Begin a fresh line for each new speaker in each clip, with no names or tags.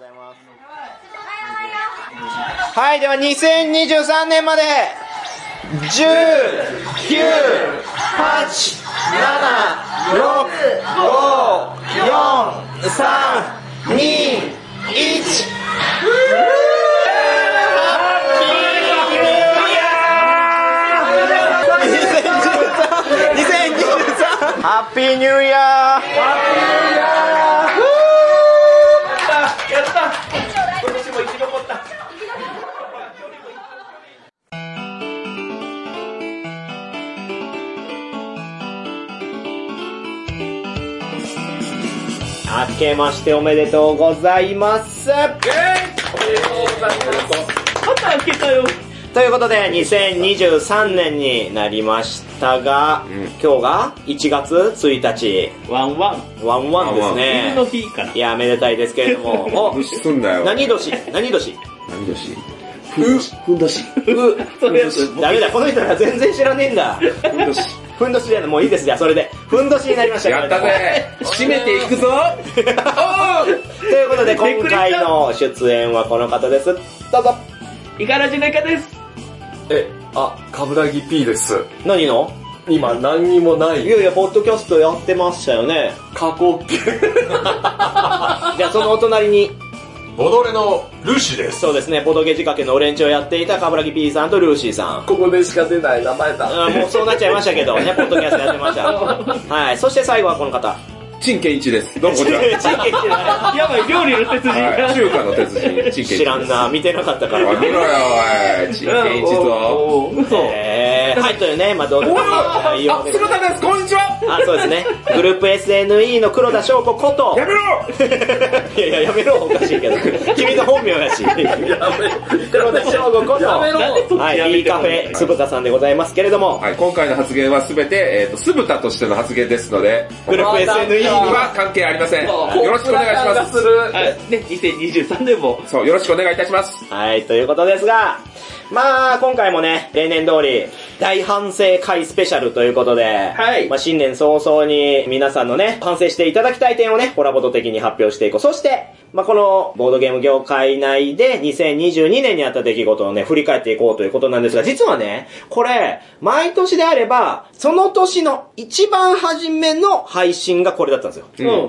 ざいますはいでは2023年まで10987654321ハッピーニューイヤー
今年も生き残った
明けましておめでとうございます
また開けたよ
ということで2023年になりましたが、今日が1月1日
ワンワン
ワンワンです
犬の
ね
日かない
やめでたいですけれどもお
無視すんだよ。
何年何
何
年
年ふんどし。ふんどし。
とりあえず
ダメだこの人ら全然知らねえんだ
ふんどし。
ふんどしじゃないもういいですじゃあそれでふんどしになりましたけ
や
れ
っ
ど
た
も
ぜ締めていくぞ
ということで今回の出演はこの方ですどうぞ
イカラジネカです
え、あ、カブラギ P です。
何の
今何にもないい
やいやポッドキャストやってましたよね
過去形。
じゃあそのお隣に
ボドレのルシです。
そうですね、ボドゲ仕掛けのオレンジをやっていたカブラギ P さんとルーシーさん。
ここでしか出ない名前だ。
あもうそうなっちゃいましたけど、ね、ポッドキャストやってました。はい、そして最後はこの方。
陳健一です。どうも こちら。
やばい料理の鉄人
はい、中華の鉄人、陳健一です。
知らんな、見てなかったか
見
ら。
ろよ、おい。陳健一ぞ。
おー嘘
えー、はい、というね、まあ、どうでもいい内容
あ、
です
姿ですこんにちは
あ、そうですね。グループ SNE の黒田翔子こと。
やめろ
いやいや、やめろ、おかしいけど。君の本名やし。黒田翔子こと。
なんでそっち
は
や
い、い
め
い
て
カフェ、つぶたさんでございますけれども、
はい、今回の発言はすべて、えっ、と、酢豚としての発言ですので、
グループ SNE に
今は関係ありません。よろしくお願いします。
はいね2023年も
そう、よろしくお願いいたします。
はい、ということですが、まあ、今回もね、例年通り、大反省会スペシャルということで、
はい
まあ、新年早々に皆さんのね、反省していただきたい点をね、コラボと的に発表していこう。そして、まあ、このボードゲーム業界内で2022年にあった出来事をね、振り返っていこうということなんですが、実はね、これ、毎年であれば、その年の一番初めの配信がこれだったんですよ。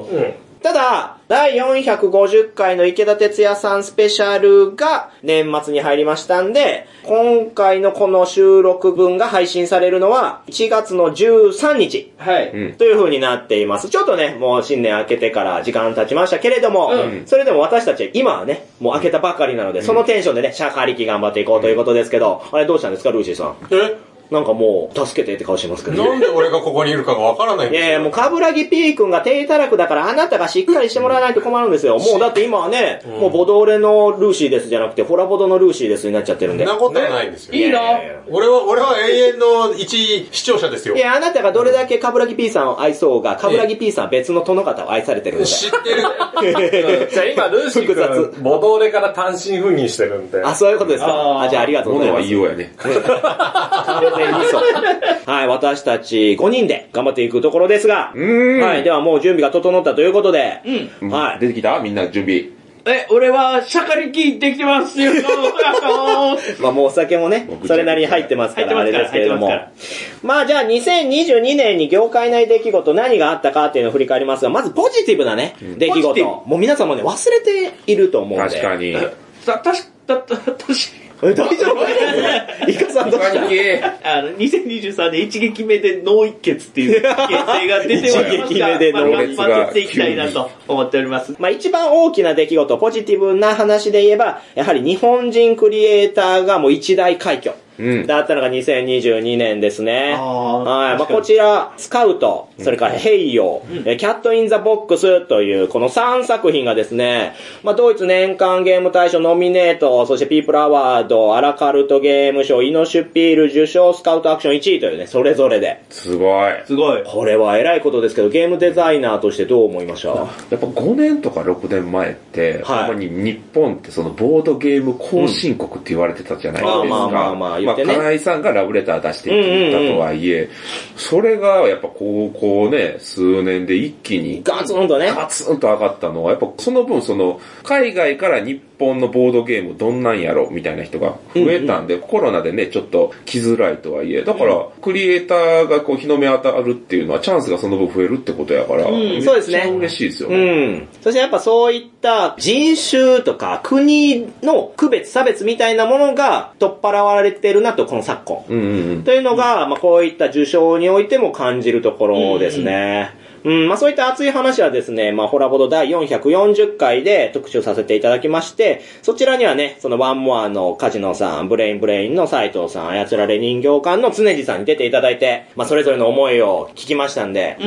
うん。
ただ、第450回の池田哲也さんスペシャルが年末に入りましたんで、今回のこの収録分が配信されるのは1月の13日
はい
うん。
という風になっています。ちょっとね、もう新年明けてから時間経ちましたけれども、それでも私たち今はね、もう明けたばかりなので、そのテンションでね、シャカリキ頑張っていこうということですけど、あれどうしたんですか、ルーシーさん。
え、
なんかもう、助けてって顔してますけど。
なんで俺がここにいるかがわからないん
い
です
や
よ
いや、もう、カブラギ P 君が低たらくだから、あなたがしっかりしてもらわないと困るんですよ。もうだって今はね、もうボドーレのルーシーですじゃなくて、ホラボドのルーシーですになっちゃってるん
そ
で
ん。なことはないんですよ。
いいな
ややや
俺は、俺は永遠の一視聴者ですよ
い。や、あなたがどれだけカブラギ P さんを愛そうが、カブラギ P さんは別の殿方を愛されてるの
知っ
で。
てる。
じゃあ今、ルーシー
複
君、ボドーレから単身赴任してるんで。
あ、そういうことですか。
あー
あ、じゃあありがとうござい
物
ま
は
す
言。いようやね。
完全にそう。はい、私たち5人で頑張っていくところですが、
ーん
はい、ではもう準備が整ったということで、
うん
はい。
出てきたみんな準備。
え俺はシャカリキできてますよ
まあもうお酒もね、それなりに入ってますから、あ
入
れでけ
ってますすから
れども
入って。
まあじゃあ2022年に業界内出来事何があったかっていうのを振り返りますが、まずポジティブなね、出来
ポジティ
事。もう皆さんもね、忘れていると思うんで。
確 かに。
たたしたたたし
え。大丈夫イカさんどうした
確かに
あの、2023年一撃目で脳一血っていう決定が出ております
一撃目で
まあ
脳
一血
頑張っていきたいなと思っております。
まあ一番大きな出来事、ポジティブな話で言えば、やはり日本人クリエイターがもう一大快挙。
うん
だったのが2022年ですね。
あー
はい。まあ
確かに
こちら、スカウト、それからヘイヨー、えキャットインザボックスという、この3作品がですね、まあドイツ年間ゲーム大賞ノミネート、そしてピープルアワード、アラカルトゲーム賞、イノシュピール受賞、スカウトアクション1位というね、それぞれで。
すごい。やっ
すごい。
これは偉いことですけど、ゲームデザイナーとしてどう思いました
ぱ5年とか6年前って、
はい
ほんまに日本ってそのボードゲーム後進国って言われてたじゃないです
ま
か。
あまあまあまあ、言
ま
っ
あ、
て
か
ね。
なえさんがラブレター出してくれたとはいえ、それがやっぱ高校ね、数年で一気に
ガツンとね。
ガツンと上がったのは、やっぱその分その、海外から日本のボードゲームどんなんやろみたいな人が増えたんで、コロナでね、ちょっと来づらいとはいえ、だから、クリエイターがこう日の目当たるっていうのはチャンスがその分増えるってことやから、めっちゃ
そうですね
嬉しいですよ
う
ね。
ん。そしてやっぱそういった人種とか国の区別差別みたいなものが取っ払われてるなと、この昨今。
うんうん
というのが、まあ、こういった受賞においても感じるところですね。うん、まあそういった熱い話はですね、まあホラボド第440回で特集させていただきまして、そちらにはね、そのワンモアのカジノさん、ブレインブレインの斉藤さん、操られ人形館の常地さんに出ていただいて、まあそれぞれの思いを聞きましたんで、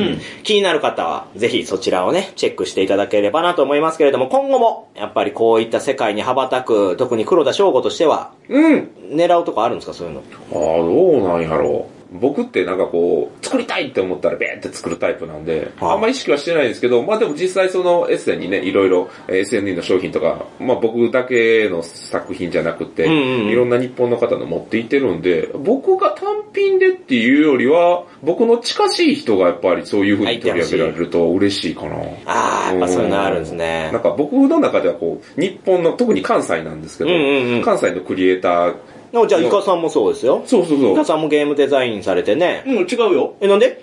気になる方はぜひそちらをね、チェックしていただければなと思いますけれども、今後もやっぱりこういった世界に羽ばたく、特に黒田翔吾としては、
うん。うん。
狙うとこあるんですか、そういうの。
ああ、どうなんやろう。僕ってなんかこう、作りたいって思ったらベーって作るタイプなんで、
はい
あんま意識はしてないんですけど、まあでも実際そのエッセンにね、いろいろえー SND の商品とか、まあ僕だけの作品じゃなくて、
うんうんうん
いろんな日本の方の持っていってるんで、僕が単品でっていうよりは、僕の近しい人がやっぱりそういう風に取り上げられると嬉しいかな。
ああ、やっぱそういうのあるんですね
なん。か僕の中ではこう、日本の、特に関西なんですけど、
うんうんうん
関西のクリエイター、
でもじゃあ、イカさんもそうですよ。
そうそうそ
イ
う
カ、さんもゲームデザインされてね。
うん、違うよ。
え、なんで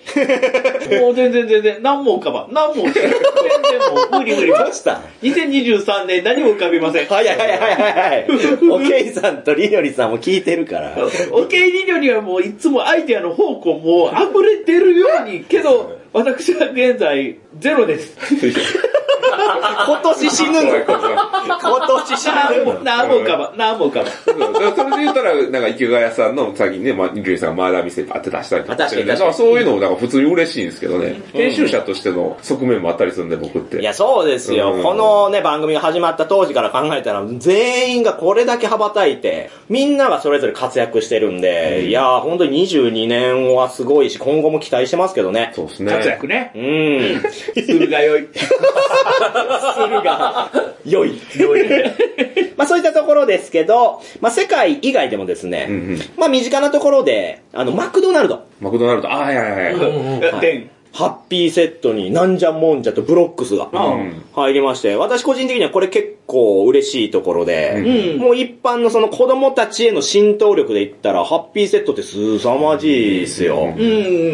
もう全然全然、何も浮かばん。何も浮かばん。全然もう無理無理。
どうした
2023年何も浮かびませ ん。
はいはいはいはいはい。おけいさんとりのりさんも聞いてるから。
おけいりよりはもういつもアイデアの方向もう溢れてるように、けど、私は現在、ゼロです。
今年死ぬの 今年死
何
ぬ
も、
の
何も浮かばん。何も浮かばん。
そうだからそれで言ったら、なんか池谷さんの先にね、まあ、リュウジさんがマーダー店バって出したりとかしてるんで、
あ
だ
確かに
からそういうのもなんか普通に嬉しいんですけどね、編集者としての側面もあったりするんで、僕って。
いや、そうですよ。
うん
このね、番組が始まった当時から考えたら、全員がこれだけ羽ばたいて、みんながそれぞれ活躍してるんで、いやー、本当に22年はすごいし、今後も期待してますけどね。
そうです
活
ね。
躍ね。
うん。
するがよい。
良い。まあそういったところですけど、まあ世界以外でもですね、
うんうん
まあ身近なところで、あの、マクドナルド、
マクドナルド、ああ、いやいやいや。
でん。
ハッピーセットになんじゃもんじゃとブロックスが
うん
入りまして、私個人的にはこれ結構嬉しいところで、
うん
もう一般のその子供たちへの浸透力で言ったら、ハッピーセットって凄まじいですよ。
うん
うんう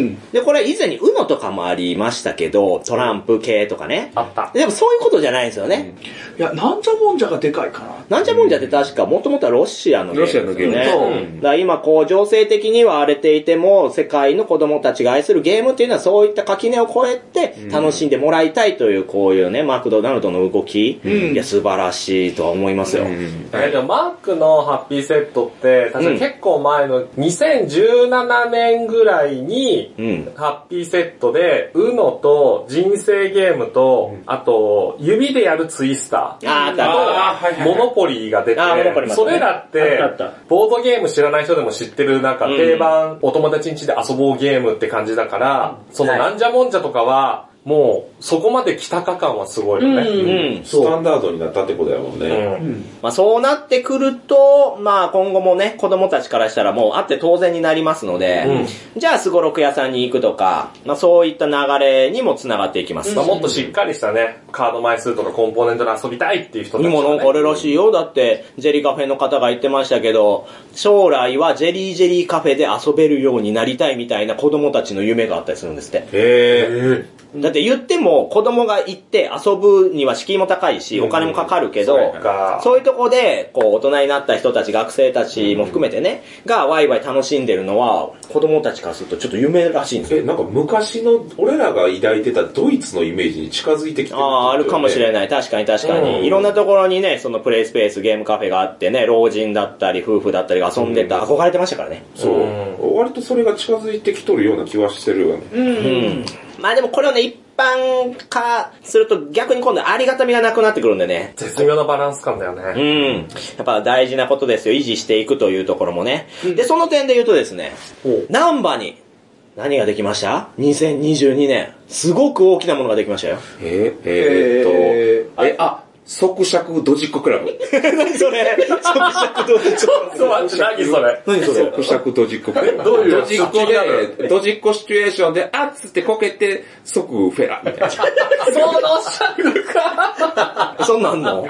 ん。
で、これ以前に UNO とかもありましたけど、トランプ系とかね。
あった。
でもそういうことじゃないんですよね。
いや、なんじゃもんじゃがでかいかな。
なんじゃもんじゃって確か、もともとはロシアのゲーム、
ロシアのゲーム
ね。
そう
うんだから今こう、情勢的には荒れていても、世界の子供たちが愛するゲームっていうのはそういった垣根を越えて、楽しんでもらいたいという、こういうね、マクドナルドの動き、
ん
いや、素晴らしいとは思いますよ。
うん
えでもマックのハッピーセットって、確か
うん
結構前の2017年ぐらいに、
うん
ハッピーセットで、UNO と人生ゲームと、あと、指でやるツイスター。
あーあった
あったあーはいはいはい
モノポリーが出て、
あーモノポリーもあった
そ
ね
れらっ
あ
て
ったあった、
ボードゲーム知らない人でも知ってる、なんか
うん
定番、お友達ん家で遊ぼうゲームって感じだから、そのなんじゃもんじゃとかは、もう、そこまで来たか感はすごいよね。
う
うん。
ん。
スタンダードになったってことやもんね。
まあそうなってくると、まあ今後もね、子供たちからしたらもうあって当然になりますので、じゃあスゴロク屋さんに行くとか、まあそういった流れにもつながっていきます。
まあ、もっとしっかりしたね、カード枚数とかコンポーネントで遊びたいっていう人たち、
に
ね。
もなんかあれらしいよ。だって、ジェリーカフェの方が言ってましたけど、将来はジェリージェリーカフェで遊べるようになりたいみたいな子供たちの夢があったりするんですって。
へ
だって言っても子供が行って遊ぶには敷居も高いし、お金もかかるけど、
そう
か
そういうとこで、こう大人になった人たち、学生たちも含めてね、がワイワイ楽しんでるのは、子供たちからするとちょっと夢らしいんですよ。
え。え、なんか昔の、俺らが抱いてたドイツのイメージに近づいてきてるってことよね
ああ、あるかもしれない。確かに確かに、
うん
いろんなところにね、そのプレイスペース、ゲームカフェがあってね、老人だったり、夫婦だったりが遊んでた、憧れてましたからね。
そうう。割とそれが近づいてきとるような気はしてるよね。
うん。まあでもこれをね、一般化すると逆に今度ありがたみがなくなってくるんでね。
絶妙なバランス感だよ
う
ね。
ん。やっぱ大事なことですよ。維持していくというところもね。で、その点で言うとですね、ナンバに何ができました ?2022 年。すごく大きなものができましたよ。
えー、えーっと、え、あ、即尺ドジッククラブ。
何そ れ即尺どうでしょ
ちょっと待って、何それ。
何それ
即尺ドジッククラブ。
どういう
ドジッコで、ドジッコシチュエーションで、あっつってこけて、即フェラ、みたいな。
その尺か。
そんなんあんの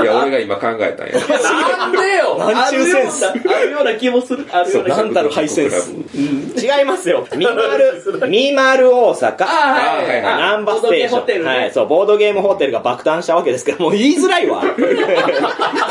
いや、俺が今考えたんや。
なんでよ。
何
ある
中セ
よ
ンス
うな、あるような気もする。あるような
なんだろう、ハイセンス。違いますよ。ミマル、ミマル大阪。
あーはいはい。
ナンバーステーション。
ボードゲームホテルね
はい、そう、ボードゲームホテルが爆誕したわけですけど、もう言いづらいわ。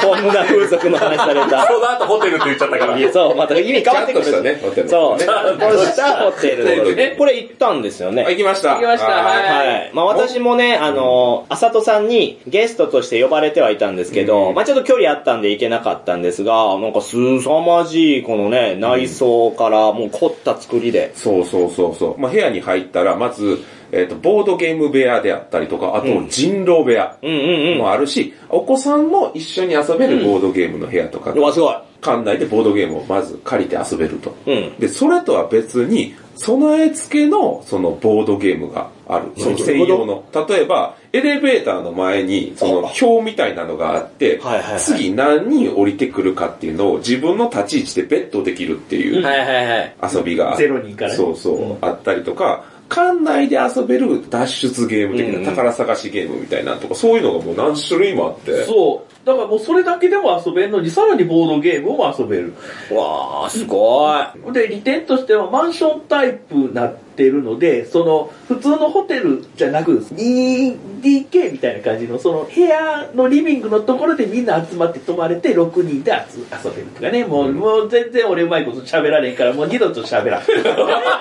こんな風俗の話された。
その後ホテルって言っちゃったから。
そう、また意味変わってくるし
ちゃんとしたねホテル
そう、ち
ち
ゃんとしたホテルで。これ行ったんですよ
あ
ね。
行きました。
行きました
あー
はい
はい。まあ私もね、あの、あさとさんにゲストとして呼ばれてはいたんですけど、まあちょっと距離あったんで行けなかったんですが、なんか凄まじいこのね、内装からもう凝った作りで。
そうそうそうそう。まあ、部屋に入ったら、まず、えっ、と、ボードゲーム部屋であったりとか、あと
うん
人狼部屋
うんうんうん。
もあるし、お子さんも一緒に遊べるボードゲームの部屋とか
うわ、すごい。
館内でボードゲームをまず借りて遊べると。
うん。
で、それとは別に、備え付けの、その、ボードゲームがある。その専用の。例えば、エレベーターの前に、その、表みたいなのがあって
はいはいはい、
次何人降りてくるかっていうのを自分の立ち位置でベットできるっていう
はいはいはい。
遊びがあって
ゼロ人からね
そうそう、あったりとか館内で遊べる脱出ゲーム的
うんうん
な宝探しゲームみたいなとかそういうのがもう何種類もあって
そう。だからもうそれだけでも遊べるのに、さらにボードゲームも遊べる。
うわー、すごい。
で、利点としてはマンションタイプになってるので、その、普通のホテルじゃなく、2DK みたいな感じの、その部屋のリビングのところでみんな集まって泊まれて、6人で遊遊べるとかね、もう、もう全然俺うまいこと喋られんから、もう二度と喋らん。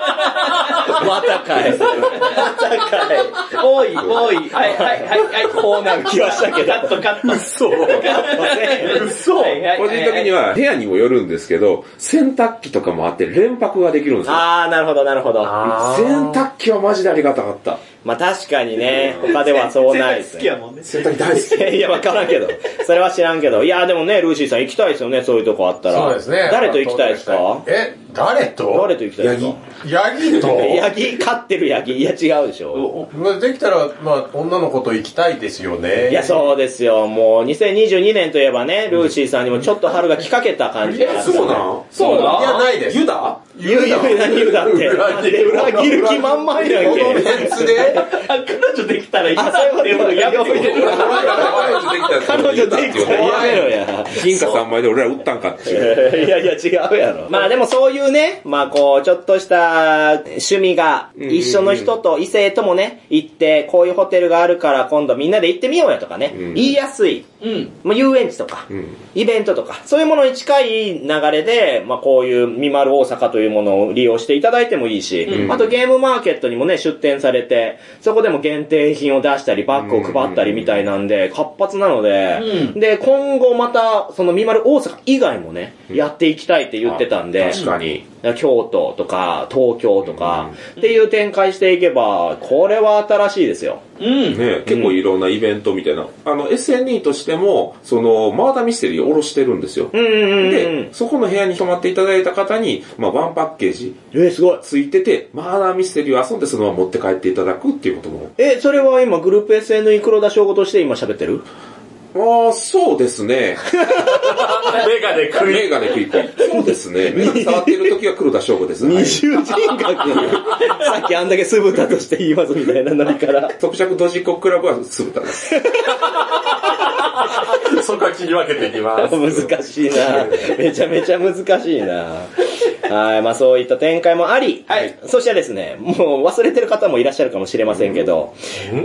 またかい。またかい。
おい、おい、はい、はい、はい、はい。
こうなる気はしたけど
カット、カット。嘘。嘘。
個人的に
は
は部屋にもよるんですけど洗濯機とかもあって連泊ができるんですよ
あー、なるほど、なるほど。
あー
洗濯機はマジでありがたかった
まあ確かにね、他ではそうないです
好きや
ね。
もんね。
洗濯機大好き。
いや、わからんけど。それは知らんけど。いや、でもね、ルーシーさん行きたいですよね、そういうとこあったら。
そうですね。
誰と行きたいですか
え、誰と
誰と 行きたいですか
ヤギと
ヤギ、飼ってるヤギ。いや、違うでしょ。
まあできたら、まあ、女の子と行きたいですよね。
いや、そうですよ。もう、2022年といえばね、ルーシーさんにもちょっと春が来かけた感じがあったね
そうなんいや、ないです。
ユダ
ゆうゆうなにゆうだって。
裏切る
裏切る気満々やん
このメ
け。
ンツで、
あ、彼女できたらいいなっ
あそう
て
いうこと
やめてくれ
彼女できた
彼女できたらやめろや。
金貨3枚で俺ら売ったんかっていう
いやいや、違うやろ。まあでもそういうね、まあこう、ちょっとした趣味が一緒の人と異性ともね、行って、こういうホテルがあるから今度みんなで行ってみようやとかね、
うん
言いやすい。
うん。
まあ遊園地とか、
うん
イベントとか、そういうものに近い流れで、まあこういうミマル大阪というものを利用していただいてもいいし、
うん
あとゲームマーケットにもね、出店されて、そこでも限定品を出したり、バッグを配ったりみたいなんで、活発なので、
う
で、今後また、そのミマル大阪以外もね、やっていきたい って言ってたんで、
確かに
京都とか、東京とか、っていう展開していけば、これは新しいですよ。
うん。
ね、結構いろんなイベントみたいな。あの、SNE としても、その、マーダーミステリーを下ろしてるんですよ。
うんうんうんうん。
で、そこの部屋に泊まっていただいた方に、まあ、ワンパッケージ
えーすごい。
ついてて、マーダーミステリーを遊んでそのまま持って帰っていただくっていうことも。
え、それは今グループ SNE 黒田翔吾として今喋 ってる
ああ、そうですね。
メガネ食い。
目がね、クイクイ。そうですね。目が触ってる時は黒田翔吾です。はい
重人格さっきあんだけ酢豚として言いますみたいなノリから。
特着ドジコクラブは酢豚です。
そこは切り分けていきます。
難しいなめちゃめちゃ難しいなはい、まあそういった展開もあり、はい。そしてですね、もう忘れてる方もいらっしゃるかもしれませんけど、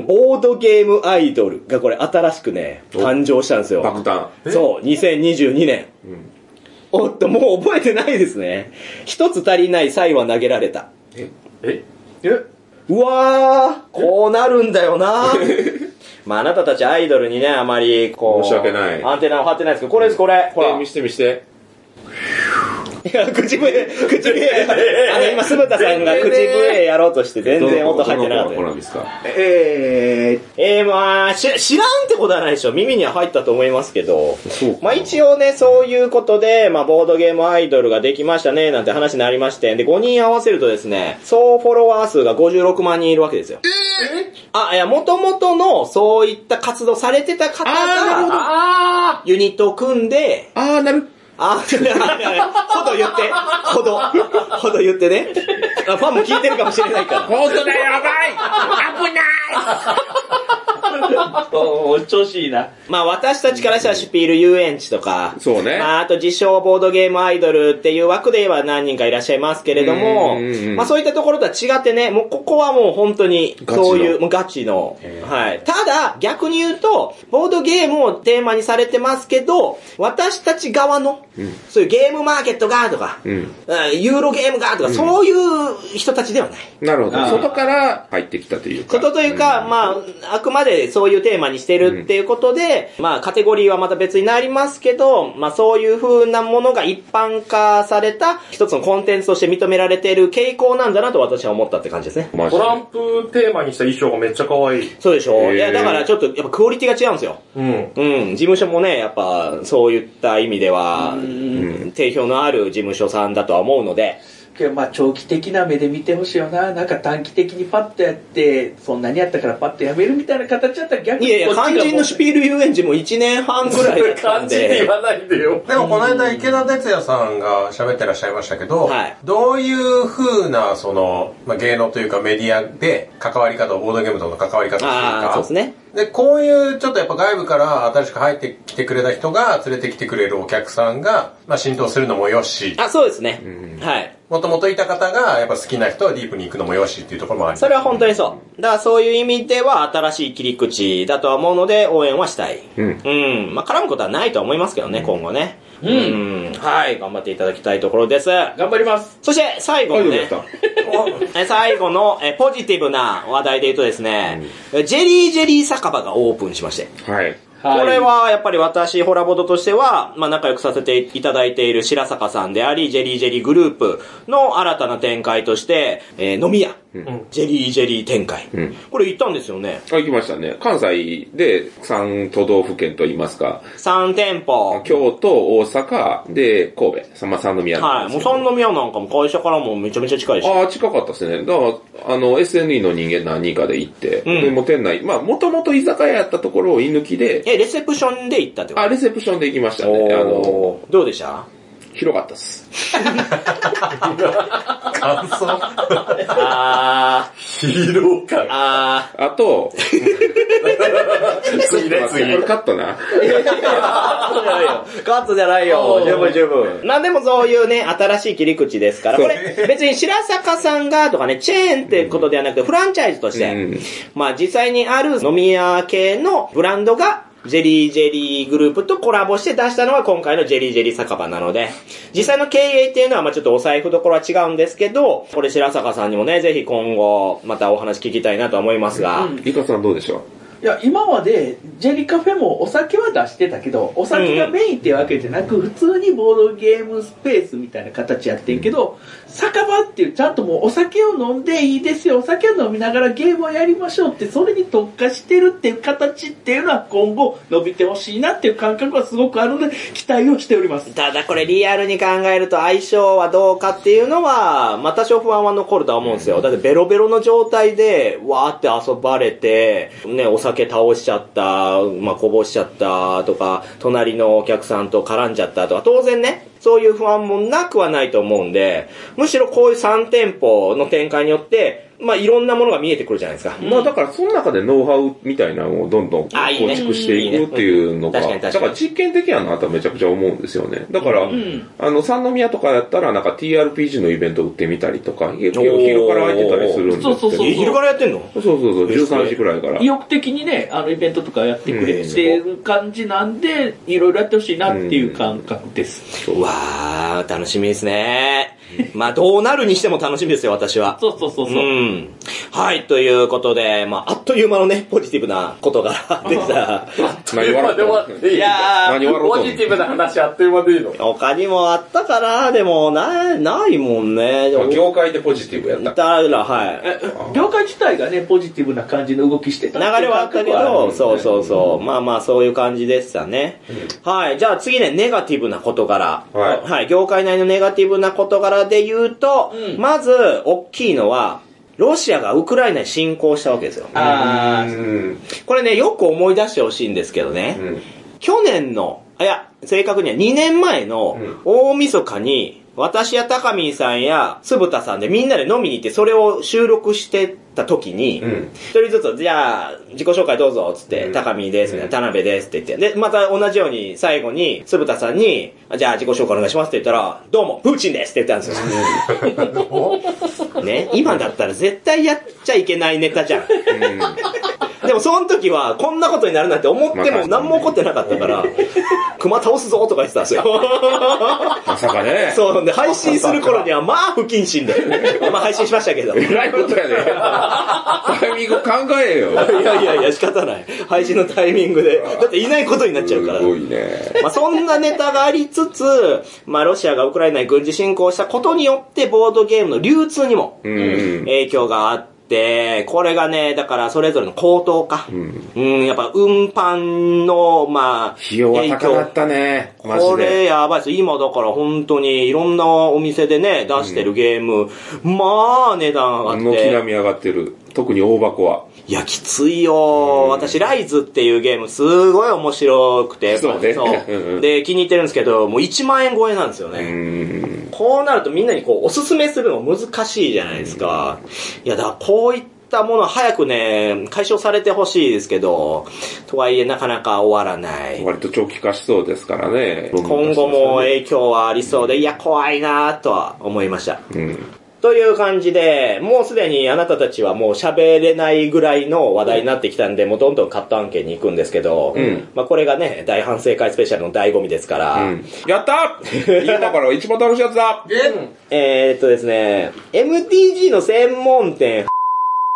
ボードゲームアイドルがこれ新しくね、誕生したんですよ。
爆誕。
そう、2022年。おっと、もう覚えてないですね。一つ足りない際は投げられた。
え
うわー、こうなるんだよ なまああなたたちアイドルにね、あまりこう、
申し訳ない
アンテナを張ってないですけど、これです、これ。ほ
これ
ら
見、して見して。
いや、口笛、口笛、あの、今、鈴田さんが口笛やろうとして全然音入ってなかった
どの子が好
よ。
みですか
え
えー、まあ、し知らんってことはないでしょ。耳には入ったと思いますけど。
そうか
まあ一応ね、そういうことで、まあボードゲームアイドルができましたね、なんて話になりまして、で、5人合わせるとですね、総フォロワー数が56万人いるわけですよ。あ、いや、元々のそういった活動されてた方が、
あ
ユニットを組んで、
ー、あー、なる。
あ、 いやいやいやほど言って、ほど、ほど言ってね。あファンも聞いてるかもしれないから。
本当だよ、やばい危ない
ー、おー調子いいな。
まあ私たちからしたらシュピール遊園地とか、
そうね
まああと自称ボードゲームアイドルっていう枠で言えば何人かいらっしゃいますけれども
うんうんうんう、ん
まあそういったところとは違ってね、もうここはもう本当に
ガチの
そういう、もうガチの。はい。ただ逆に言うと、ボードゲームをテーマにされてますけど、私たち側の、そういうゲームマーケットがとか、
うん。
あユーロゲームがとか、そういう人たちではない。
なるほ
あ
ど。
ー
外から入ってきたというか。
ことというか、まあ、あくまでそういうテーマにしてるっていうことで、まあ、カテゴリーはまた別になりますけど、まあ、そういう風なものが一般化された一つのコンテンツとして認められている傾向なんだなと私は思ったって感じですね。
マジ
ト
で
ランプテーマにした衣装がめっちゃ可愛い。
そうでしょ、
へー
いや、だからちょっと、やっぱクオリティが違うんですよ。
うん。
うん、事務所もね、やっぱ、そういった意味では、定評のある事務所さんだとは思うので、
けどまあ長期的な目で見てほしいよな。なんか短期的にパッとやって、そんなにやったからパッとやめるみたいな形だったら逆
い
に
やいや、
こっちがもう
肝心のシュピール遊園地も1年半ぐらいだったん
感じ
で。
で言わないでよ。
でもこの間池田哲也さんが喋ってらっしゃいましたけど、
はい
どういう風なその、まあ、芸能というかメディアで関わり方をボードゲームとの関わり方をしてる
あ
か
あ、そうですね。
で、こういうちょっとやっぱ外部から新しく入ってきてくれた人が連れてきてくれるお客さんが、まあ、浸透するのもよし、
あ、そうですね。はい。
もともといた方がやっぱ好きな人はディープに行くのもよしっていうところもあり
それは本当にそう。だからそういう意味では新しい切り口だとは思うので応援はしたい。
うん
うん。まあ絡むことはないとは思いますけどね、今後ね。うん。はい。頑張っていただきたいところです。
頑張ります。
そして最後
アイ
の
ドルや
ね
っ。た。
え最後のえポジティブな話題で言うとですね、ジェリージェリー酒場がオープンしまして。
はい。
これはやっぱり私、ホラボドとしては、まあ仲良くさせていただいている白坂さんであり、ジェリージェリーグループの新たな展開として、えー飲み屋、ジェリージェリー展開、
ん
これ行ったんですよね。
あ、行きましたね。関西で3都道府県といいますか、
3店舗。
京都、大阪、で、神戸、さま三宮な
は
ん
い。
です
もう
けど
三宮なんかも会社からもめちゃめちゃ近いし。
ああ、近かったですね。だから、あの、SNE の人間何人かで行って、
うん
でもう店内、まあ、もともと居酒屋やったところを居抜きで、
え、レセプションで行ったってこ
あ、レセプションで行きました
と
ね。あの、
おーどうでした
広かったっす。
感想。
あー、
広かった。
あ
あと、
次ね、次
こ。れカットな。
ー、カットじゃないよ。十分十分。まあでもそういうね、新しい切り口ですから、これ別に白坂さんがとかね、チェーンってことではなくて、フランチャイズとし
う
て、
ん。
まあ実際にある飲み屋系のブランドが、ジェリージェリーグループとコラボして出したのが今回のジェリージェリー酒場なので、実際の経営っていうのはまあちょっとお財布どころは違うんですけど、これ白坂さんにもね、ぜひ今後またお話聞きたいなとは思いますが、
うん
リカさんどうでしょ
いや、今まで、ジェリカフェもお酒は出してたけど、お酒がメインってわけじゃなく、普通にボードゲームスペースみたいな形やってんけど、酒場っていう、ちゃんともうお酒を飲んでいいですよ、お酒を飲みながらゲームをやりましょうって、それに特化してるっていう形っていうのは今後伸びてほしいなっていう感覚はすごくあるので、期待をしております。
ただこれリアルに考えると相性はどうかっていうのは、まあ多少不安は残るとは思うんですよ。だってベロベロの状態で、わーって遊ばれて、ね、お酒倒しちゃった、まあこぼしちゃったとか、隣のお客さんと絡んじゃったとか、当然ね、そういう不安もなくはないと思うんで、むしろこういう3店舗の展開によって、まあいろんなものが見えてくるじゃないですか。
うまあだからその中でノウハウみたいなのをどんどん構
あいいね
築していくっていうのが、
いいねうん確かに確か
だ
に
から実験的やなとはめちゃくちゃ思うんですよね。だから、あの、三宮とかやったらなんか TRPG のイベント売ってみたりとか、結構昼から空いてたりするんですけど、
そうそうそう
え昼からやってんの
そうそうそう、13時くらいから
意。欲的にね、あのイベントとかやってくれてる感じなんで、いろいろやってほしいなっていう感覚です。
うわー、楽しみですね。 まあどうなるにしても楽しみですよ、私は。
そうそうそうそ
う
う。
ん。はい、ということで、まあ、あっっという間のね、ポジティブなことが でき た。
何笑ってんの
あっという間で終わっていい
いや
何笑うとんの
ポジティブな話あっという間でいいの
他にもあったかなでも、ない、ないもんね。でも
業界でポジティブやった。
だから、はい。
業界自体がね、ポジティブな感じの動きしてた
流れはあったけ
っていう感覚はあ
ど、
る
そうそうそう。まあまあ、そういう感じでしたね。はい。じゃあ次ね、ネガティブな事柄。
はい
業界内のネガティブな事柄で言うと、
うん
まず、大きいのは、ロシアがウクライナに侵攻したわけですよ。
あー
うん。
これね、よく思い出してほしいんですけどね。
うん。
去年の、あいや、正確には2年前の
うん
大晦日に、私や高見さんや鈴田さんでみんなで飲みに行ってそれを収録してた時に、
うん。
一人ずつ、じゃあ、自己紹介どうぞ、つって、
うん
高見です、みたいな、田辺ですって言って、で、また同じように、最後に、鈴田さんに、あじゃあ自己紹介お願いしますって言ったら、どうも、プーチンですって言ったんですよ。ね、今だったら絶対やっちゃいけないネタじゃん。でもその時は、こんなことになるなんて思っても何も起こってなかったから、熊倒すぞとか言ってたんですよ。
まさかね。
そう、ほんで、配信する頃には、まあ不謹慎で。まあ配信しましたけど。
えらいことやで。タイミング考えよ。
いやいやいや、仕方ない。配信のタイミングで。だっていないことになっちゃうから
す。ごいね。
まあそんなネタがありつつ、まあロシアがウクライナに軍事侵攻したことによって、ボードゲームの流通にも
うん。
影響があって、これがね、だからそれぞれの高騰化。
うん。
うん、やっぱ運搬の、まあ、
費用は高かったね。マジ
こ
で。
れやばいです。今だから本当にいろんなお店でね、出してるゲーム、まあ値段上がっ
軒並
て。
み上がってる。特に大箱は。
いや、きついよ。私、ライズっていうゲームすごい面白くて。
そうね
そ う
うんうん
で、気に入ってるんですけど、もう1万円超えなんですよ
う
ね。
ん。
こうなるとみんなにこう、おすすめするの難しいじゃないですか。いや、だからこういったものは早くね、解消されてほしいですけど、とはいえなかなか終わらない。
割と長期化しそうですからね。
今後も影響はありそうで、いや、怖いなとは思いました。
うん。
という感じで、もうすでにあなたたちはもう喋れないぐらいの話題になってきたんで、もうどんどんカット案件に行くんですけど、
うん
まあこれがね、大反省会スペシャルの醍醐味ですから、
うんやったー今から一番楽しいやつだ
えー、っとですね、MTG の専門店、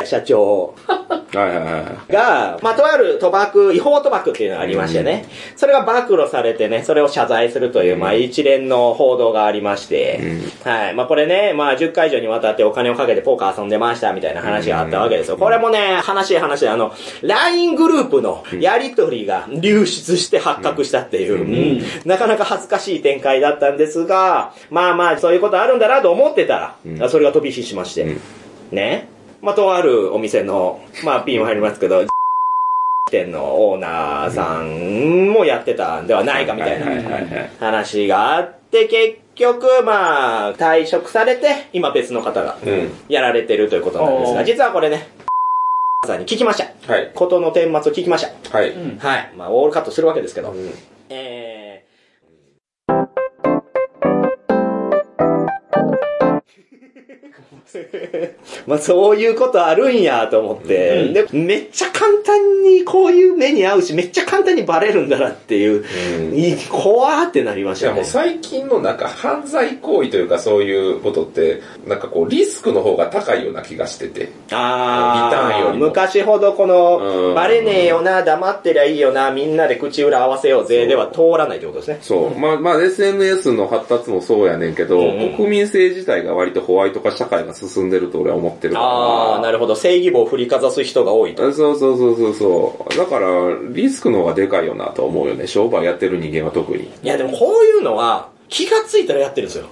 社長
はいはいはい。
が、まあ、とある賭博、違法賭博っていうのがありましてね、それが暴露されてね、それを謝罪するという、まあ、一連の報道がありまして、はい。まあ、これね、まあ、10回以上にわたってお金をかけてポーカー遊んでましたみたいな話があったわけですよ。これもね、話しい話で、あの、LINE グループのやりとりが流出して発覚したっていう、うんなかなか恥ずかしい展開だったんですが、まあまあ、そういうことあるんだなと思ってたら、それが飛び火しまして、ね。まあ、とあるお店の、まあ、ピンは入りますけど、 店のオーナーさんもやってたんではないかみたい
はいはいはい
な
はい。
話があって、結局、まあ、退職されて、今別の方が
うん。
やられてるということなんです
お
が、
ー
実はこれね、 さんに聞きました。
はい。
ことの顛末を聞きました。
はい。
うん
はい。まあ、オールカットするわけですけど。
うん
えー まあそういうことあるんやと思って、でめっちゃ簡単にこういう目に合うしめっちゃ簡単にバレるんだなっていう、
うん
いい怖ーってなりまし
じゃ
た
あもう
ね
最近のなんか犯罪行為というかそういうことって、なんかこうリスクの方が高いような気がしてて。
あ
リターンよ
ー
りも
昔ほどこ
う
の
ん
バレねえよな黙ってりゃいいよなみんなで口裏合わせようぜでは通らないってことですね
そう。まあ、まあ、SNS の発達もそうやねんけど、
うんうん
国民性自体が割とホワイト化社会が進んでると俺は思ってるから。
ああなるほど正義棒を振りかざす人が多いと
そうそうそうそうそう。だから、リスクの方がでかいよなと思うよね。商売やってる人間は特に。
いやでもこういうのは気がついたらやってるんですよ。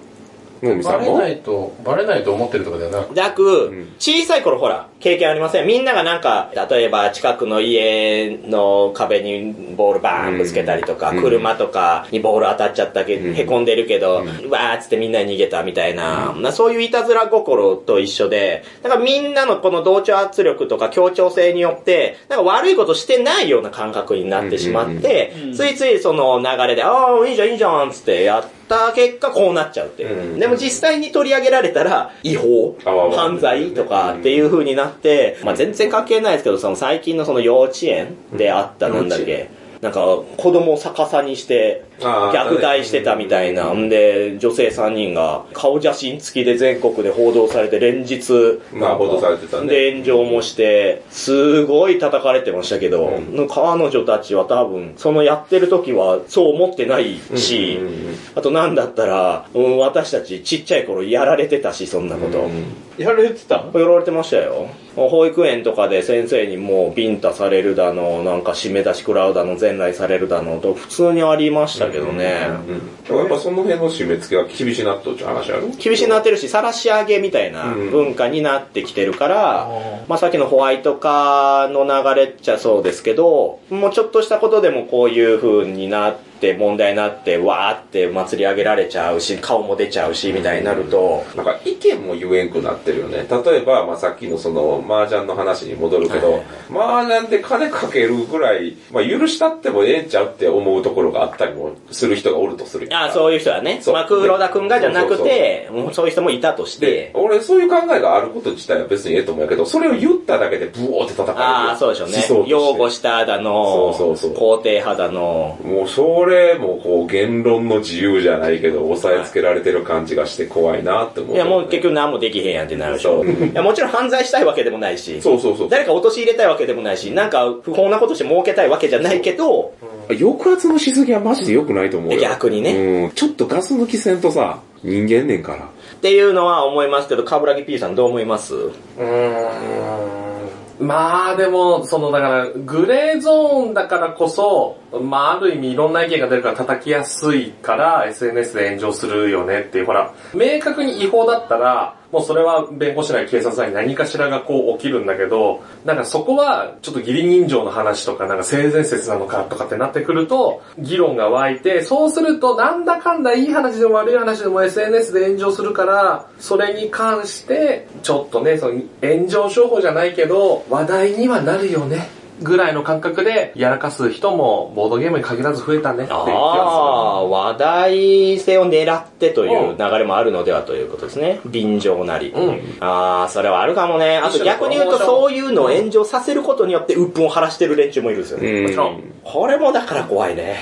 のみさ
バ
ん
レ
も
ないと、バレないと思ってるとかではなく、
だく、
ん
小さい頃ほら、経験ありませんみんながなんか、例えば近くの家の壁にボールバーンぶつけたりとか、
うん
車とかにボール当たっちゃったけど、
うん
へこんでるけど、
う
わーっつってみんなに逃げたみたいな、なそういういたずら心と一緒で、だからみんなのこの同調圧力とか協調性によって、なんか悪いことしてないような感覚になってしまって、
うんうん
ついついその流れで、ああ、いいじゃんいいじゃんっつってやった結果こうなっちゃうっていう。
うん
でも実際に取り上げられたら、違法
あまあまあ
犯罪とかっていう風になって、まあ全然関係ないですけど、その最近のその幼稚園であったなんだっけ、なんか子供を逆さにして
あー
虐待してたみたいな。んで、女性3人が顔写真付きで全国で報道されて連日、
まあ報道されてたね
で、炎上もして、すごい叩かれてましたけど、彼女たちは多分、そのやってる時はそう思ってないし、
うんうんうん
あとなんだったら、うん私たちちっちゃい頃やられてたし、そんなこと。
やられてた
やられてましたよ。保育園とかで先生にもうビンタされるだの、なんか締め出し食らうだの、全来されるだのと普通にありましたけどね。
うん、やっぱその辺の締め付けが厳しいなっとっちゃう話ある
厳しくなってるし、晒し上げみたいな
うん
文化になってきてるから、
あ
まあさっきのホワイト化の流れっちゃそうですけど、もうちょっとしたことでもこういう風になって、問題になって、わーって祭り上げられちゃうし、顔も出ちゃうし、みたいになると、
なんか意見も言えんくなってるよね。例えば、まあ、さっきのその、麻雀の話に戻るけど、麻雀で金かけるぐらい、まあ、許したってもええんちゃうって思うところがあったりもする人がおるとするやん
ああ、そういう人はね、
そう
まあ、黒田くんがじゃなくて、もうそういう人もいたとし
で
て、、
俺そういう考えがあること自体は別にええと思うけど、それを言っただけでブオーって叩かれる。
ああ、そうでしょう
思想と
ね。
て
擁護しただの、
そうそうそ
肯
う
定派だの、
もうそれもこう言論の自由じゃないけど、押さえつけられてる感じがして怖いなって思う、
いやもう結局何もできへんやんってなるでしょ。
そう
いやもちろん犯罪したいわけでもないし、
そうそうそう。
誰か落とし入れたいわけでもないし、なんか不法なことして儲けたいわけじゃないけど、
抑圧のしすぎはマジで良くないと思うよ。
逆にね
うん。ちょっとガス抜きせんとさ、人間ねんから。
っていうのは思いますけど、カブラギ P さんどう思います
うーんまあでも、そのだから、グレーゾーンだからこそ、まあある意味いろんな意見が出るから叩きやすいから、SNS で炎上するよねっていう、ほら、明確に違法だったら、もうそれは弁護士なり警察なり何かしらがこう起きるんだけど、なんかそこはちょっと義理人情の話とか、なんか性善説なのかとかってなってくると、議論が湧いて、そうするとなんだかんだいい話でも悪い話でも SNS で炎上するから、それに関して、ちょっとね、その炎上商法じゃないけど、話題にはなるよね。ぐらいの感覚で、やらかす人も、ボードゲームに限らず増えたねっていう気がす
あ
る。
あー、話題性を狙ってという
うん
流れもあるのではということですね。便乗なり。
うん
ああ、それはあるかもね。あと逆に言うと、
一緒だと思
そういうのを炎上させることによって鬱憤を晴らしてる連中もいるんですよね。
うん。
もちろん。
これもだから怖いね。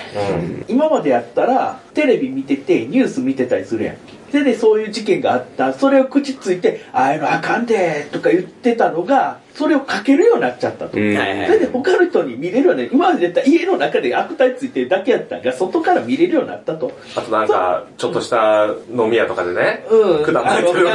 今までやったら、テレビ見てて、ニュース見てたりするやん。でね、そういう事件があった。それを口ついて、ああいうのあかんでとか言ってたのが、それをかけるようになっちゃったと。
うん。
はいはい
それで他の人に見れるようになる。今までやったら家の中で悪態ついてるだけやったが、外から見れるようになったと。
あとなんか、ちょっとした飲み屋とかでね、
うん。
くだま
あ
いて
の
る。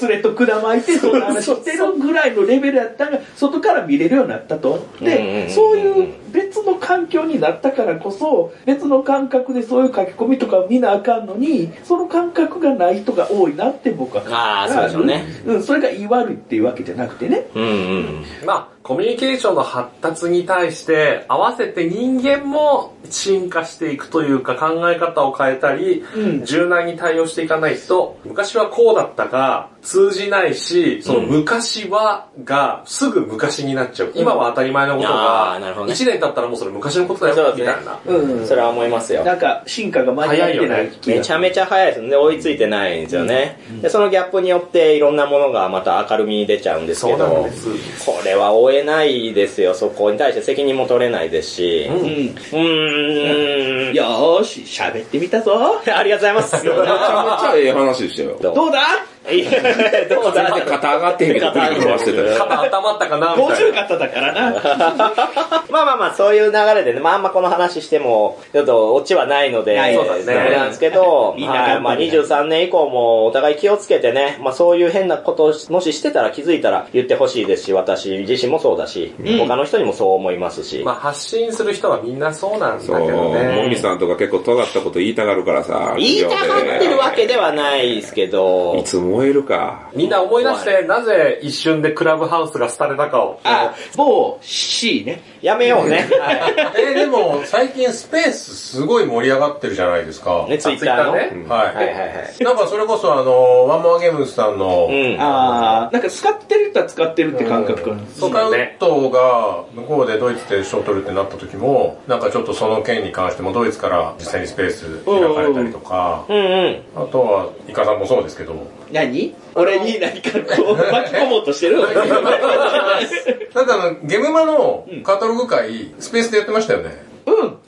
連れとくだまいて、そんな話してるぐらいのレベルやったが、外から見れるようになったと。
うんうんうんうん
で、そういう別の環境になったからこそ、別の感覚でそういう書き込みとか見なあかんのに、その感覚がない人が多いなって僕は。
ああ、そうでしょうね。
うん。うん、それが言い悪いっていうわけじゃなくてね。
うんうん。
まあ、コミュニケーションの発達に対して、合わせて人間も進化していくというか、考え方を変えたり、
うん
柔軟に対応していかないと、昔はこうだったが、通じないし、その昔はが、すぐ昔になっちゃう。今は当たり前のこと
あー
が
なるほど、ね
1年経ったらもうそれ昔のことだ
そう
よ、
です
み
ね
たいな。
うん。
それは思いますよ。
なんか、進化が間に合ってない気
め
が
ちゃめちゃ早いですね。追いついてないんですよね。で、そのギャップによっていろんなものがまた明るみに出ちゃうんですけ
そうな
ど
んで、す。
これは追えないですよ。そこに対して責任も取れないですし。
ん
うん。
うーん。いや、
よーし、喋ってみたぞ。
ありがとうございます。どう
めちゃめちゃええ話でしたよ。
どうだ
いやどうだ
肩上がってへんけど、クリクリ回してたよ。
肩温まったかな、みたい
50
な。
型だからな。
まあまあまあ、そういう流れでね、まああんまこの話しても、ちょっとオチはないので、
ない
そうですね
あれなんですけど、
みんな
はい
頑
まあ
張りな
23年以降もお互い気をつけてね、まあそういう変なことをもししてたら気づいたら言ってほしいですし、私自身もそうだし、他の人にもそう思いますし。
まあ、発信する人はみんなそうなんだけ
そう、
どね。
もみさんとか結構尖ったこと言いたがるからさ。
言いたがってるわけではないですけ
い
ど、
つ燃えるか。
みんな思い出して、なぜ一瞬でクラブハウスが廃れたかを。
あ、もう C ね。
やめようね。は
えーでも最近スペースすごい盛り上がってるじゃないですか。
い。ね、ツイッターの。
Twitter ね
はい。
はいはいはい。
なんかそれこそあの、ワンモアゲームズさんの、
うん。
あー、なんか使ってる人は使ってるって感覚かな。
スカウトが向こうでドイツで賞取るってなった時も、なんかちょっとその件に関してもドイツから実際にスペース開かれたりとか、
うんうん。
あとはイカさんもそうですけど、
何俺に何かこう、巻き込もうとしてる
なんかあの、ゲムマのカタログ会、スペースでやってましたよね。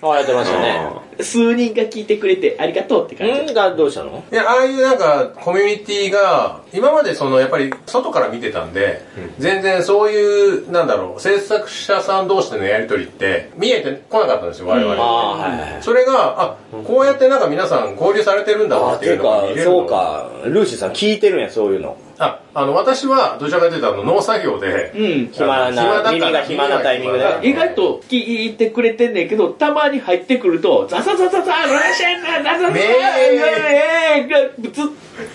あ、やってましたね。
数人が聞いてくれてありがとうって感じ。
うんがどうしたの
いや、ああいうなんか、コミュニティが、今までその、やっぱり、外から見てたんで、全然そういう、なんだろう、制作者さん同士でのやりとりって、見えてこなかったんですよ、我々。
あーはいはいはい。
それが、あ、こうやってなんか皆さん交流されてるんだ
あ
な
ー、
っててい
いうう
のが
か
見れ、るの
そうか、ルーシーさん聞いてるんや、そういうの。
あ、あの、私は、どちらかというと、あの、農作業で、
うん。
暇な、耳が暇なタイミングで。
あ
意外と聞いてくれてんねんけど、たまに入ってくると、ザザザザザ、ロラシェンザザザザザ、
ね
えー、ブツっ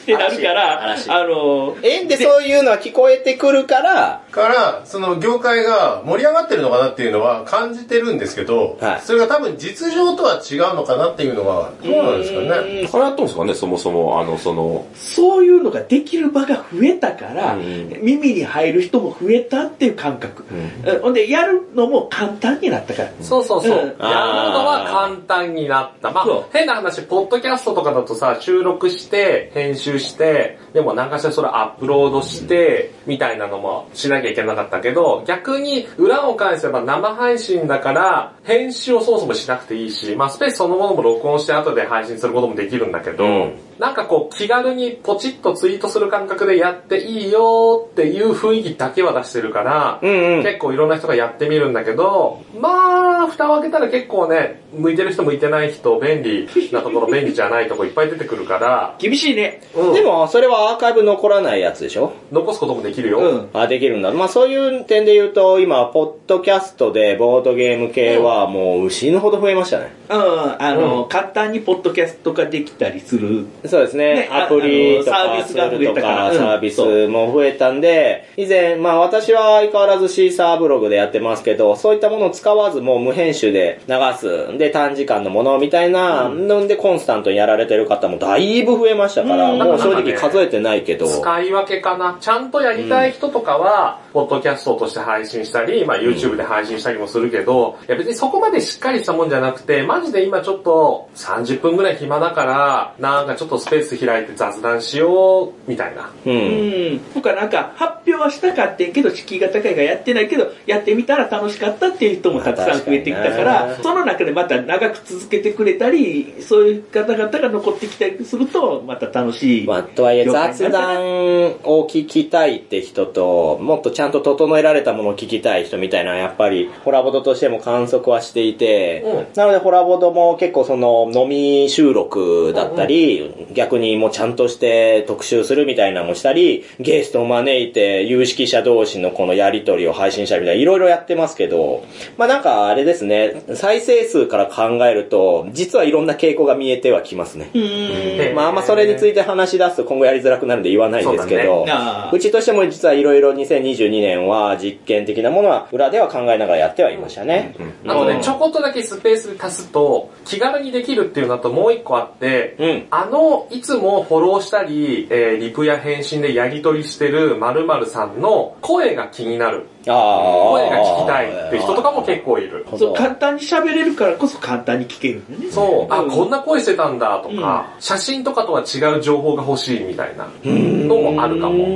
てなるから、あ
嵐
の、
縁でそういうのは聞こえてくるから、
から、その業界が盛り上がってるのかなっていうのは感じてるんですけど、
はい
それが多分実情とは違うのかなっていうのは、どうなんですかね。
流行ったんですかね、そもそも、あの、その、
そういうのができる場が増えたから、
うん
耳に入る人も増えたっていう感覚。うんほんで、やるのも簡単になったから。
そうそうそう。
うん
やるのは簡単になった。まあ
そう、
変な話、ポッドキャストとかだとさ、収録して、編集して、でも何かしらそれアップロードして、みたいなのもしなきゃいけなかったけど、逆に裏を返せば生配信だから、編集をそもそもしなくていいし、まあスペースそのものも録音して後で配信することもできるんだけど、なんかこう気軽にポチッとツイートする感覚でやっていいよっていう雰囲気だけは出してるから、
うんうん
結構いろんな人がやってみるんだけど、まあ、蓋を開けたら結構ね、向いてる人向いてない人、便利なところ、便利じゃないとこいっぱい出てくるから、
厳しいね。
うん、
でも、それはアーカイブ残らないやつでしょ
残すこともできるよ。
うん。
あ、できるんだ。まあそういう点で言うと、今、ポッドキャストでボードゲーム系はもう牛のほど増えましたね。
うん、あの、簡単にポッドキャストができたりする。
そうですね。
ねあ
アプリと
あのサ
か、
ービ
ツ
スが
ー
増え
ルと
たから
か、
うん
サービスも増えたんで、以前、まあ私は相変わらずシーサーブログでやってますけど、そういったものを使わずもう無編集で流す、で短時間のものみたいな、のでコンスタントにやられてる方もだいぶ増えましたから、
うん
もう正直数えてないけど。
使い分けかな。ちゃんとやりたい人とかは、ポッドキャストとして配信したり、まあ YouTube で配信したりもするけど、いや別にそこまでしっかりしたもんじゃなくて、マジで今ちょっと30分ぐらい暇だから、なんかちょっとスペース開いて雑談しよう、みたいな。
う。
うんん。とかなんか、発表はしたかってんけど、敷居が高いからやってないけど、やってみたら楽しかったっていう人もたくさん増えてきた
まあ
か
確
ら、
かにね
その中でまた長く続けてくれたり、そういう方々が残ってきたりすると、また楽しい。
まあ、とはいえ
了解
雑談を聞きたいって人と、もっとちゃんと整えられたものを聞きたい人みたいな、やっぱり、ホラボドとしても観測はしていて、なのでホラボドも結構その、飲み収録だったり、逆にもうちゃんとして特集するみたいなのもしたり、ゲストを招いて、有識者同士のこのやりとりを配信したりみたいな、いろいろやってますけど、まあなんかあれですね、再生数から考えると、実はいろんな傾向が見えてはきますね。
で
まあ、あんまそれについて話し出すと今後やりづらくなるんで言わないですけ
そ
ど、
う
だね
うちとしても実はいろいろ2022年は実験的なものは裏では考えながらやってはいましたね。
あと
う
ね
ん、
ちょこっとだけスペース足すと、気軽にできるっていうのともう一個あって、
うん
あの、いつもフォローしたり、えーリプや返信でやり取りしてる〇〇さんの声が気になる。
ああ。
声が聞きたいって人とかも結構いる。
構
そう、簡単に喋れるからこそ簡単に聞けるんだよね。
そう、あ、
うん
こんな声してたんだとか、写真とかとは違う情報が欲しいみたいなのもあるかも。
う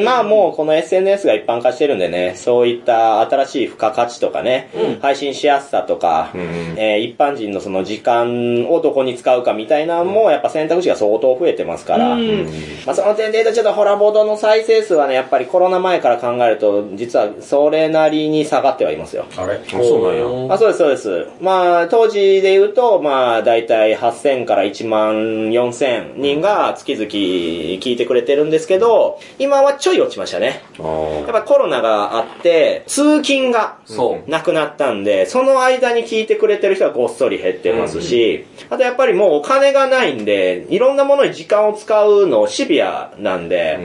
んまあもうこの SNS が一般化してるんでね、そういった新しい付加価値とかね、配信しやすさとか、えー一般人のその時間をどこに使うかみたいなのもやっぱ選択肢が相当増えてますから、まあその点で言うとちょっとホラボードの再生数はね、やっぱりコロナ前から考えると、実はそれなりに下がってはいますよ。
あれ
そうなんや。
あそうです、そうです。まあ、当時で言うと、まあ、だいたい8000から1万4000人が月々聞いてくれてるんですけど、今はちょい落ちましたね。
あ
や
ー
っぱコロナがあって、通勤が
そう。
なくなったんで、その間に聞いてくれてる人はごっそり減ってますし、あとやっぱりもうお金がないんで、いろんなものに時間を使うのシビアなんで、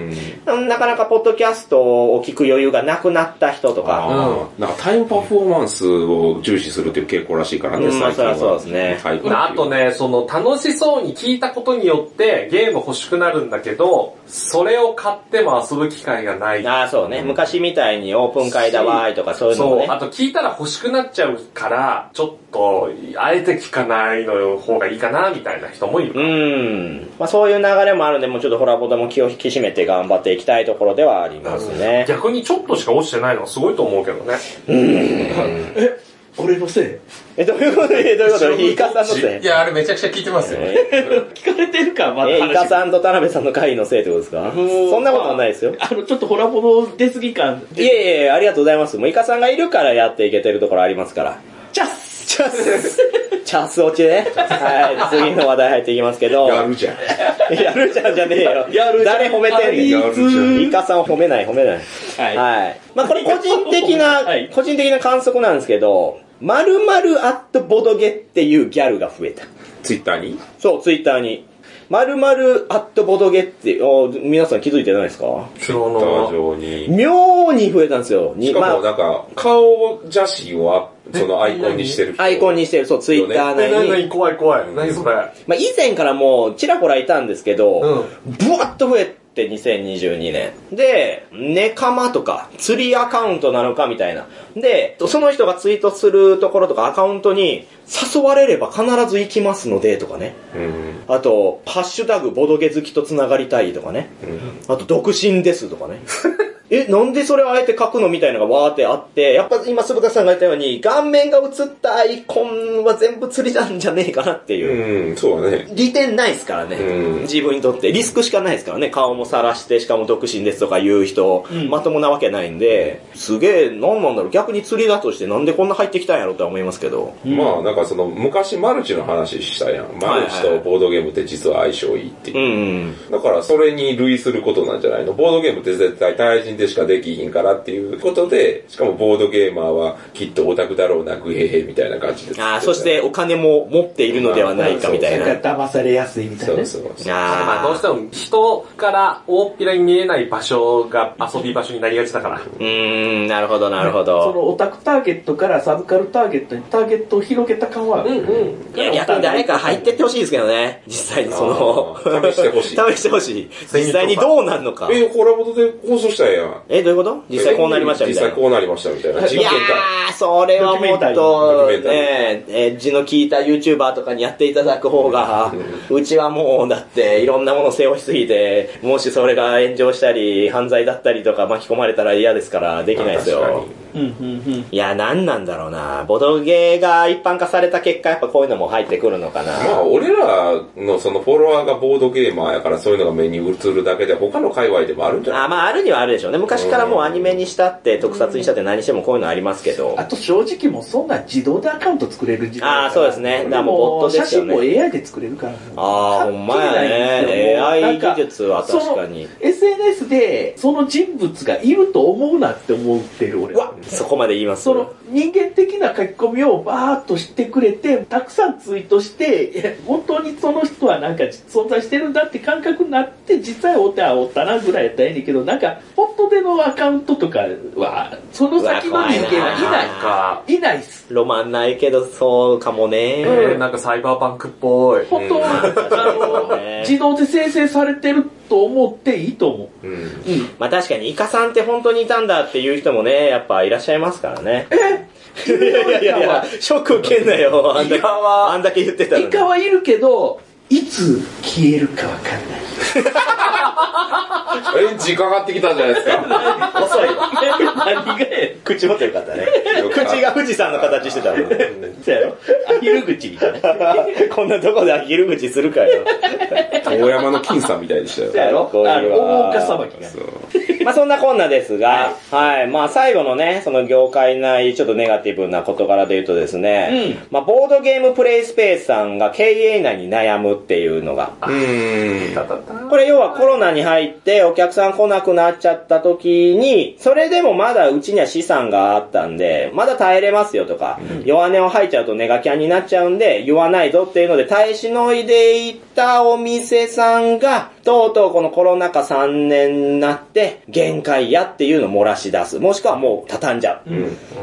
なかなかポッドキャストを聞く余裕がなくなった人とか、
あーなんかタイムパフォーマンスを重視するっていう傾向らしいからね、
うんまあ
最近は。
そうですね
はい
あと。ね、その楽しそうに聞いたことによってゲーム欲しくなるんだけど、それを買っても遊ぶ機会がない。
ああ、そうね。昔みたいにオープン会だわーいとかそういうのも
そう、
ね
あ。と聞いたら欲しくなっちゃうから、ちょっと、あえて聞かないの方がいいかな、みたいな人もいうる。
ん。まあそういう流れもあるんで、もうちょっとホラボタも気を引き締めて頑張っていきたいところではありますね。
逆にちょっとしか落ちてないのはすごいと思うけどね。
俺のせ
え、どういうこと え、どういうことイカさんのせい
い。や、あれめちゃくちゃ聞いてますよ。
え
い。聞かれてるか、まだ
え、イカ
話が。
さんと田辺さんの会のせいってことですか
もう
そんなことはないですよ。
あの、ちょっとホラボの出過ぎ感。
いえいえ、ありがとうございます。もうイカさんがいるからやっていけてるところありますから。
チャス
チャス、チャス落ちね。はい、次の話題入っていきますけど。
やるじゃん。
やるじゃんじゃねえよ。
やるじゃん
誰褒めてんねん。
やるじゃん
イカさんを褒めない褒めない。
はい
まあこれ個人的な、
はい
個人的な観測なんですけど、まるまるアットボドゲっていうギャルが増えた。
ツイッターに
そう、ツイッターに。まるまるアットボドゲって、お皆さん気づいてないですか
ツイッター上に。
妙に増えたんですよ。に
しかも
ま
なんか、顔写真は、そのアイコンにしてる人。
あ、アイコンにしてる、そう、ツイッター内に。
何怖い怖い。何それ。
まあ、以前からもうちらほらいたんですけど、ブワッと増えて2022年。で、ネカマとか、釣りアカウントなのかみたいな。で、その人がツイートするところとかアカウントに、誘われれば必ず行きますのでとかね。
うん。
あと、ハッシュタグボドゲ好きと繋がりたいとかね。
うん
あと、独身ですとか ね。え、なんでそれをあえて書くのみたいなのがわーってあって、やっぱ今、鈴田さんが言ったように、顔面が映ったアイコンは全部釣りなんじゃねえかなっていう。
うん、そうだね。
利点ないですからね、
うん
自分にとってリスクしかないですからね顔も晒してしかも独身ですとか言う人、
ん
まともなわけないんで、すげえ何なんだろう逆に釣りだとしてなんでこんな入ってきたんやろうとは思いますけど
まあなんかその昔マルチの話したやん。マルチとボードゲームって実は相性いいっていう
う。ん
だからそれに類することなんじゃないのボードゲームって絶対対人でしかできひんからっていうことで、しかもボードゲーマーはきっとオタクだろうな、グヘヘみたいな感じです。
ああそしてお金も持っているのではないかみたいな、
なんか騙されやすいみたい
そ
な
う
ね。
そうそう。
まあ
あ
どうしても人から大っぴらに見えない場所が遊び場所になりがちだから。
ーうーんなるほどなるほ
そ
ど
のオタクターゲットからサブカルターゲットにターゲットを広げた感はある。
うん。
いや逆に誰か入ってってほしいですけどね実際にその
あー試してほしい
試してほしい実際にどうなんのか
え、コラボで放送したやん。
えどういうこと実際こうなりましたみたいな
実際こうなりましたみたいな。実
い
験
や
会。
ー、それはもっ
ド
と
キュメ、ンタリー
ねえー、字の聞いた YouTuber とかにやっていただく方が、うちはもう、だって、いろんなもの背負いすぎて、もしそれが炎上したり、犯罪だったりとか巻き込まれたら嫌ですから、できないです
まあ
よ
確。か
うんうんうん。
いや、なんなんだろうな。ボドゲーが一般化された結果、やっぱこういうのも入ってくるのかな。
にまあ、俺らのそのフォロワーがボードゲーマーやからそういうのが目に映るだけで他の界隈でもあるんじゃない
あまあ、あるにはあるでしょうね。昔からもうアニメにしたって、特撮にしたって何してもこういうのありますけど。
あと正直もうそんな自動でアカウント作れる時代だから
あーそうですねだからもうボットですよね
写真も AI で作れるから。
あーほんまやね AI 技術は確かに。
その SNS でその人物がいると思うなって思ってる俺
うわ
は。
そこまで言います
その人間的な書き込みをバーッとしてくれて、たくさんツイートして、いや本当にその人はなんか存在してるんだって感覚になって、実際お手はおったなぐらいやったらいいねんけど、なんか、ポットでのアカウントとかは、その先
う
の人間
わ怖
はい
なんか、
ない。いないっす。
ロマンないけど、そうかもね。
えーなんかサイバーパンクっぽい。
本当、あの、自動で生成されてると思っていいと思う。
うん。
まあ確かに、イカさんって本当にいたんだっていう人もね、やっぱいらっしゃいますからね。いやいやいやいや、ショック受けんなよ。あんだ
イ
け、
カは
あんだけ言ってたの
イ
に。
カはいるけど、いつ消えるかわかんない。
エンジンかかってきたんじゃないですか。
遅いわ。何がや口持ってよかったね。 口が富士山の形してたもん。
そうやろアヒル口みたいな。
こんなとこでアヒル口するか よ。
大山の金さんみたいでしたよ。
そうやろ
かっこいいわ
あの、大岡裁きが。
そう
まあそんなこんなですが、はい、まあ最後のね、その業界内ちょっとネガティブな事柄で言うとですね、まあボードゲームプレイスペースさんが経営難に悩むっていうのが、
うーん。
これ要はコロナに入ってお客さん来なくなっちゃった時に、それでもまだうちには資産があったんで、まだ耐えれますよとか、弱音を吐いちゃうとネガキャンになっちゃうんで、言わないぞっていうので、耐え忍いでいたお店さんが、とうとうこのコロナ禍3年になって、限界やっていうのを漏らし出す。もしくはもう畳んじゃ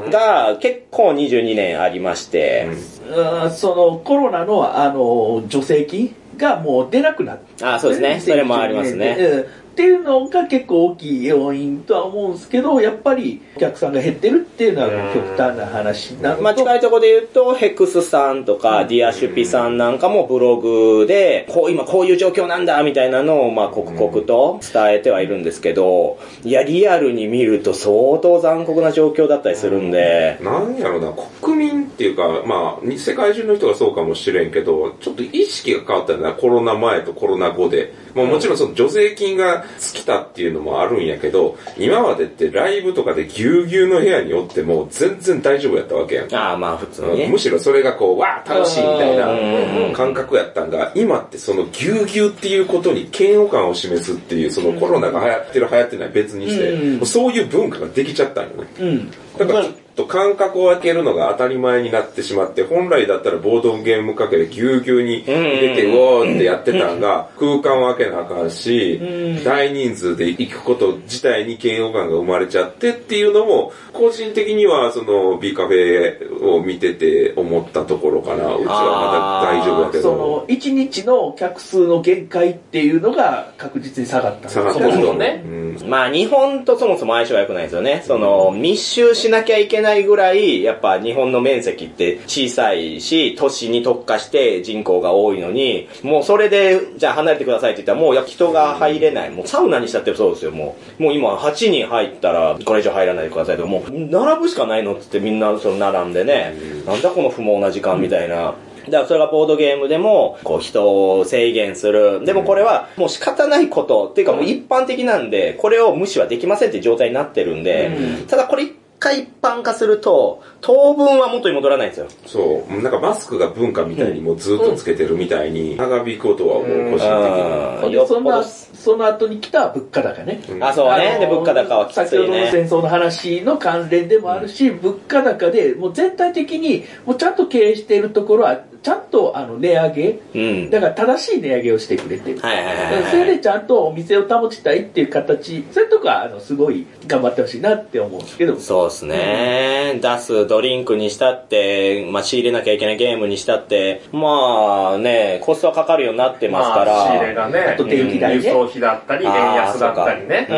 う。が、結構22年ありまして、
うんそのコロナのあの助成金がもう出なくなって
あそうですねそれもありますね
うんっていうのが結構大きい要因とは思うんですけどやっぱりお客さんが減ってるっていうのは極端な話なのと
まあ、近いところで言うと、ヘクスさんとか、ディアシュピさんなんかもブログで、こう、今こういう状況なんだ、みたいなのを、まあ、刻々と伝えてはいるんですけど、いや、リアルに見ると相当残酷な状況だったりするんで、
なんやろな、国民っていうか、まあ、に世界中の人がそうかもしれんけど、ちょっと意識が変わったんだな、コロナ前とコロナ後で。まあもちろんその助成金が尽きたっていうのもあるんやけど、今までってライブとかでぎゅうぎゅうの部屋におっても全然大丈夫やったわけやん。
ああ、まあ普通に
うん
ね
む。しろそれがこう、わあ楽しいみたい
うん
な感覚やったんが、今ってそのぎゅうぎゅうっていうことに嫌悪感を示すっていう、そのコロナが流行ってる流行ってない別にして、
うん
もうそういう文化ができちゃったんよね。
うん。
だからちょっと間隔を空けるのが当たり前になってしまって、本来だったらボードゲームかけでぎゅうぎゅうに入れて、
う
うんおーってやってたんが、空間を空けなあかんし、大人数で行くこと自体に嫌悪感が生まれちゃってっていうのも、個人的にはその B カフェを見てて思ったところかな。うちはまだ大丈夫だけ
そ
ど。
の、一日の客数の限界っていうのが確実に下がった。
下がって
そ
る
もそもね
うん
まあ日本とそもそも相性が良くないですよね。その密集しなきゃいけないぐらい、やっぱ日本の面積って小さいし、都市に特化して人口が多いのに、もうそれで、じゃあ離れてくださいって言ったらもういや人が入れない。もうサウナにしたってそうですよ、もう。もう今8人入ったらこれ以上入らないでくださいと、もう並ぶしかないのって言ってみんなその並んでね、なんだこの不毛な時間みたいな。だからそれがボードゲームでも、こう人を制限する。でもこれはもう仕方ないこと、っていうかもう一般的なんで、これを無視はできませんっていう状態になってるんで、ただこれ一回一般化すると、当分は元に戻らないんですよ。
そう。なんかマスクが文化みたいにもうずっとつけてるみたいに、長引くことは思う、個人的には。
あ
でそんな、その後に来た物価高ね。
あ、そう
あ
ね。
の
で、物価高はきつ
先ほ
い
どの
ね。
戦争の話の関連でもあるし、物価高で、もう全体的に、もうちゃんと経営しているところは、ちゃんとあの値上げ、
うん。
だから正しい値上げをしてくれてる。
はいはいはいはい
それでちゃんとお店を保ちたいっていう形、そういうとこは、あの、すごい頑張ってほしいなって思うんですけど、
そうですね。出すドリンクにしたって、まあ仕入れなきゃいけないゲームにしたって、まあね、コストはかかるようになってますから。
まあ仕入れがね、
あと電気代ね
輸送費だったり、円安だったりね。
う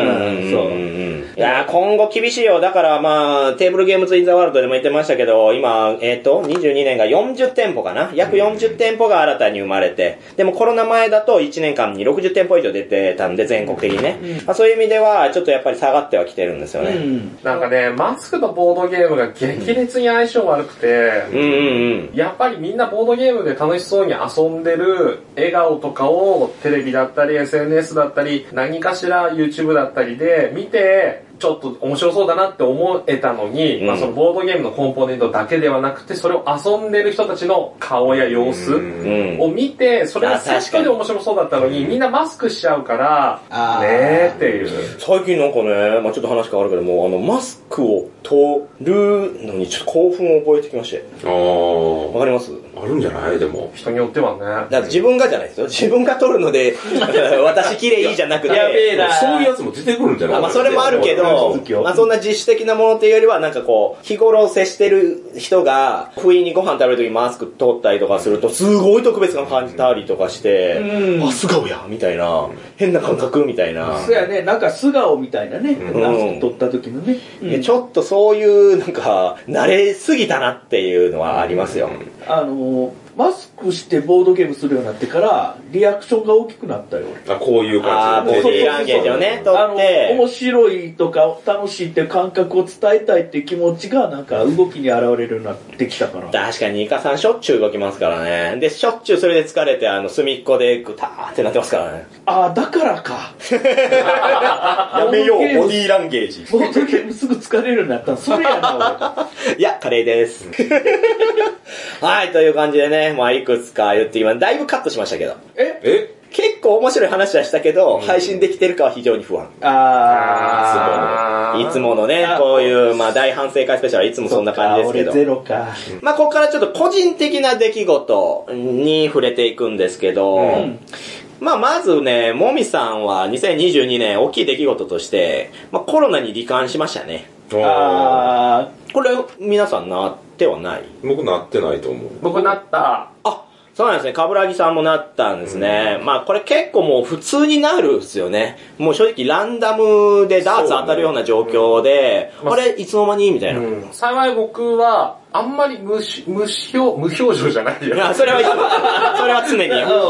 ん
そう
いやー今後厳しいよ。だからまあ、テーブルゲームズインザワールドでも言ってましたけど、今、えっ、と、22年が40店舗かな約40店舗が新たに生まれて、でもコロナ前だと1年間に60店舗以上出てたんで、全国的にね。まあ、そういう意味では、ちょっとやっぱり下がってはきてるんですよね。
う
うん
ん。
なんかね、マスクとボードゲームが激烈に相性悪く
うん
て、
うん。
やっぱりみんなボードゲームで楽しそうに遊んでる笑顔とかをテレビだったり SNS だったり何かしら YouTube だったりで見てちょっと面白そうだなって思えたのに、
うん
まあそのボードゲームのコンポーネントだけではなくてそれを遊んでる人たちの顔や様子
う
うん
ん。
を見て、それがセットで面白そうだったのに、みんなマスクしちゃうから、
あー
ねーっていう。
最近なんかね、まあちょっと話変わるけども、あの、マスクを取るのにちょっと興奮を覚えてきまして。わ
あ
かります
あ、あるんじゃないでも。
人によってはね。
だから自分がじゃないですよ。自分が撮るので、 私綺麗いいじゃなくて。
やべえな
そういうやつも出てくるんじゃない
あまあそれもあるけ
続きを
ど、まあそんな自主的なものというよりはなんかこう、日頃接してる人が、不意にご飯食べるときにマスク取ったりとかすると、すごい特別感感じたりとかして、あ、素顔やみたいな、変な感覚みたいな。
そうやね、なんか素顔みたいなね、
うん
マスク取った時のね。う
で
ん
ちょっとそういう、なんか、慣れすぎたなっていうのはありますよ。
あのー、マスクしてボードゲームするようになってから、リアクションが大きくなったよ。
あ、こういう
ああ、
感
ボ
じ
デ
で。
ィーランゲージをね、取
あ
っ
の、
て
面、白いとか楽しいっていう感覚を伝えたいっていう気持ちがなんか動きに現れるようになってきたから。
確かにイカさんしょっちゅう動きますからね。で、しょっちゅうそれで疲れて、あの、隅っこでグターってなってますからね。
ああ、だからか。
やめよう、
ボードゲーム
ボディーランゲージ。
ボードゲームすぐ疲れるようになったの。それ やな、
いや、カレーです。 はい、という感じでね、まあいくつか言ってきます。だいぶカットしましたけど。
俺。え
え
結構面白い話はしたけど、配信できてるかは非常に不安。
あ
あ
いつものね
あ、
こういう、まあ大反省会スペシャルはいつも
あ。
そんな感じですけど。
そっか俺ゼロか。
まあここからちょっと個人的な出来事に触れていくんですけど、
うん
まあまずね、もみさんは2022年大きい出来事として、まあコロナに罹患しましたね。
あ
あ
これ皆さんなってはない
ー僕なってないと思う。
僕なった、
あ、そうなんですね。かぶらぎさんもなったんですね。まあこれ結構もう普通になるっすよね。もう正直ランダムでダーツ当たるような状況で、
うん
あれいつの間にみたいな。
うん幸い僕は、あんまり無し無表無表情じゃないよ
い。や、それ は、それは常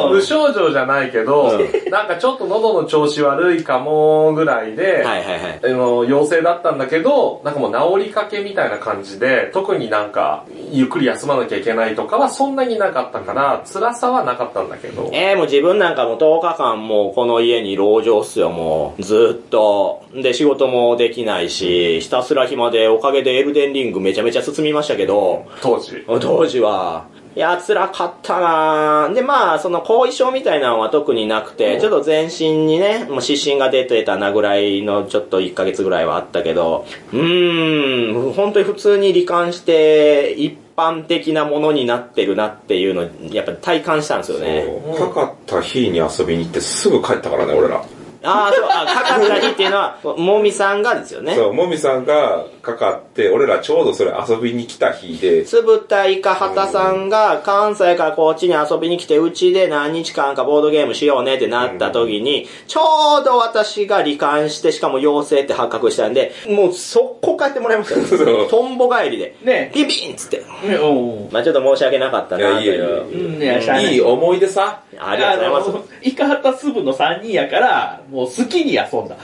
に。
無症状じゃないけど、なんかちょっと喉の調子悪いかもぐらいで、
はいはいはい。
あの、陽性だったんだけど、なんかもう治りかけみたいな感じで、特になんか、ゆっくり休まなきゃいけないとかはそんなになかったから、辛さはなかったんだけど。
えー、もう自分なんかも10日間もうこの家に籠城っすよ、もう。ずっと。で、仕事もできないし、ひたすら暇で、おかげでエルデンリングめちゃめちゃ進みましたけど、
当時。
当時は。いや、辛かったなぁで、まあ、その後遺症みたいなのは特になくて、ちょっと全身にね、もう湿疹が出てたなぐらいのちょっと1ヶ月ぐらいはあったけど、うーん、本当に普通に罹患して、一般的なものになってるなっていうのを、やっぱ体感したんですよね。
かかった日に遊びに行ってすぐ帰ったからね、俺ら。
ああ、そう、あ、かかった日っていうのは、もみさんがですよね。
そう、もみさんがかかって、俺らちょうどそれ遊びに来た日で、
つぶたいかはたさんが関西からこっちに遊びに来て、うちで何日間かボードゲームしようねってなった時に、ちょうど私が罹患して、しかも陽性って発覚したんで、もう速攻帰ってもらいました
そ
よ。
う
トンボ帰りで。
ね
ビビンっつって。
ねおう
まあちょっと申し訳なかった
い
な
や、
と
いや
い
い
う。
や
うん、いや、しゃあないい
い。思い出さ。
ありがとうございます。
あのイカハタス部の3人やから、もう好きに遊んだ。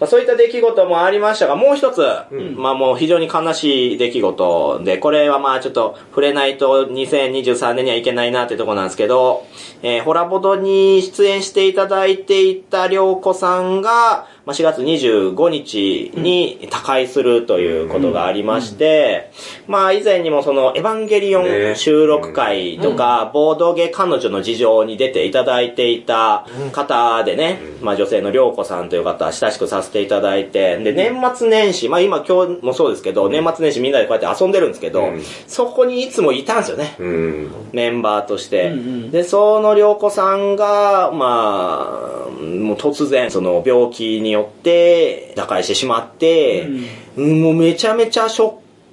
まあ、そういった出来事もありましたが、もう一つ、まあもう非常に悲しい出来事で、これはまあちょっと触れないと2023年にはいけないなってとこなんですけど、えーホラボドに出演していただいていた良子さんが、まあ、4月25日に他界するということがありまして、まあ以前にもそのエヴァンゲリオン
ね
収録会とか、ボードゲ彼女の事情に出ていただいていた方でね、まあ女性の涼子さんという方、親しくさせていただいて、で、年末年始、まあ今今日もそうですけど、年末年始みんなでこうやって遊んでるんですけど、
うん
そこにいつもいたんですよね。
うん。
メンバーとして。
うんうん
で、その良子さんが、まあ、もう突然、その病気によって、打開してしまって、もうめちゃめちゃショッ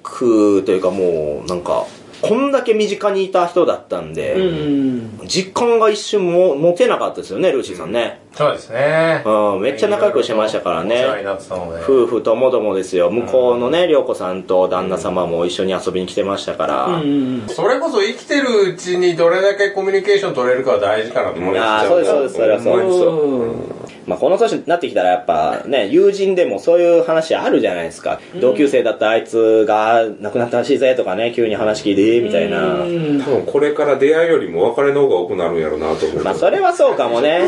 クというかもう、なんか、こんだけ身近にいた人だったんで、
うん。
実感が一瞬も持てなかったですよね、ルーシーさんね。
そうですね。
うん、めっちゃ仲良くしてましたから
お
ね
世。話になってたので。
夫婦ともどもですよ。向こうのね、良子さんと旦那様も一緒に遊びに来てましたから。
うん。
それこそ生きてるうちにどれだけコミュニケーション取れるかは大事かなと思い
あ
ま
ー
す。
そうですそうですそれはそう
ほんまにそう。
まあ、この年になってきたらやっぱね、友人でもそういう話あるじゃないですか。同級生だったあいつが亡くなったらしいぜとかね、急に話聞いて、みたいな。
多分これから出会いよりも別れの方が多くなるんやろうなと思う。
まあ、それはそうかもね。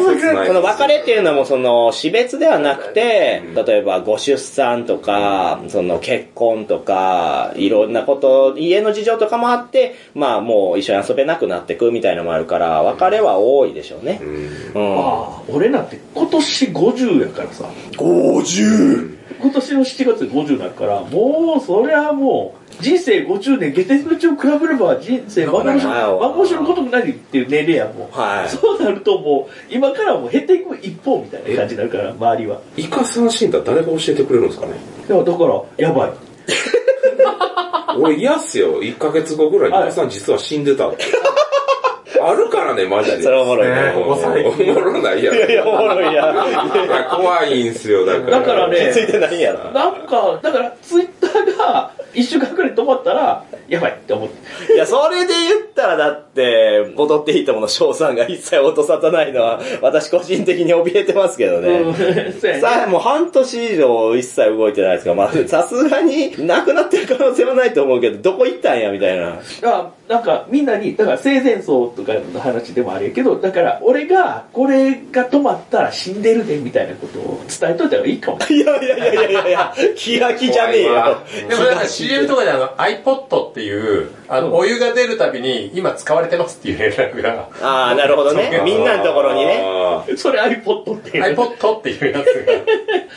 その別れっていうのもその、死別ではなくて、例えばご出産とか、その結婚とか、いろんなこと、家の事情とかもあって、まあもう一緒に遊べなくなってくみたいのもあるから、別れは多いでしょうね
う。ん。
うん。
ああ、俺なんて今年50やからさ。
50!
今年の7月で50だから、もう、そりゃもう、人生50年、下手口を比べれば人生幻
なんかないわ
の、幻のこともないっていう年齢やもう。
はい
そうなるともう、今からもう減っていく一方みたいな感じになるから、周りは。
イカさん死んだら誰が教えてくれるんで すかね
いや、だから、やばい。
俺嫌っすよ。1ヶ月後ぐらいにイカさん実は死んでたって。あるからね、マジで。
それおもろいね。
おもろないやろ。
いや、おもろいや。
いや怖いんすよ、だから。
だからね
ついてないんやろ。
なんか、だから、ツイッターが一週間くらい止まったら、やばいって思って。
いや、それで言ったらだって、戻っていいともの翔さんが一切落とさないのは、私個人的に怯えてますけどね。
うん、そうやね。
さあ、もう半年以上一切動いてないですから、まあ、さすがになくなってる可能性はないと思うけど、どこ行ったんや、みたいな。
あなんかみんなに、だから生前葬とかの話でもあるやけど、だから俺がこれが止まったら死んでるでみたいなことを伝えといた方がいいかも。
いやいやいやいやいやいや、気が気じゃねえよ。
でもなんか CM とかであの iPod っていう、あの、お湯が出るたびに今使われてますっていう連絡が、
ああ、なるほどね。みんなのところにね。
あ
それ iPod っていう。
iPod っていうやつ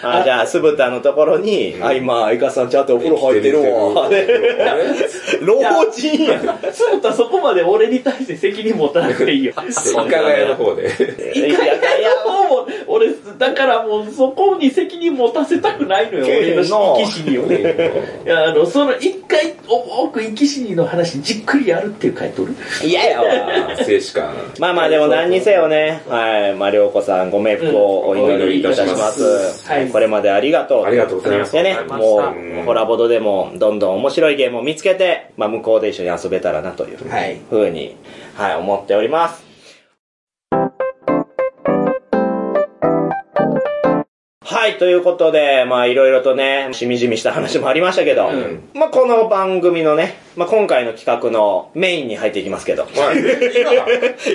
が。
あーじゃあ、酢豚のところに、あ、今、イカさんちゃんとお風呂入ってるわ。
ー。あれ
老人やん。
そうだ、そこまで俺に対して責任持たなくていいよ。
イカガヤの方で。
いやいやいや
もう俺、だからもうそこに責任持たせたくないのよ、
け
俺
ど
の生き死にをね。いや、あの、その一回重く生き死にの話じっくりやるっていう回答る
嫌やわ。
静止感。
まあまあでも何にせよね、はい、まあ、りょうこさんご冥福をお祈りいたします。
はい
これまでありがとう。
ありがとうございます
でね
あり、がと
も
うございました
う、コラボドでも、どんどん面白いゲームを見つけて、まあ、向こうで一緒に遊べたらなという、
はい
ふうに、はい、思っております。はい、ということで、まあいろいろとね、しみじみした話もありましたけど、まあこの番組のね、まあ今回の企画のメインに入っていきますけど、
まあ、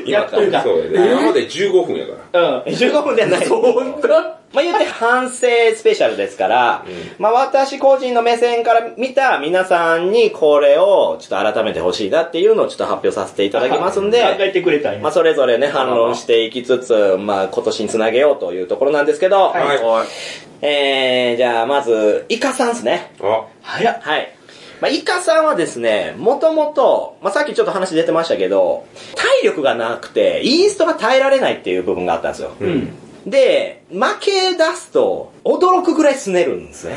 今か
という
ら。
か
そうやね。今まで15分やから。
うん
15分じゃない。まあ言って反省スペシャルですから、まあ私個人の目線から見た皆さんにこれをちょっと改めてほしいなっていうのをちょっと発表させていただきますんで、
考えてくれたんや、
まあそれぞれね、反論していきつつ、まあ今年につなげようというところなんですけど、
はい。
えー、じゃあまず、イカさんですね。
あ、
早っ
はい。まあイカさんはですね、もともと、まあさっきちょっと話出てましたけど、体力がなくて、インストが耐えられないっていう部分があったんですよ。
うん
で、負け出すと、驚くぐらいすねるんですね。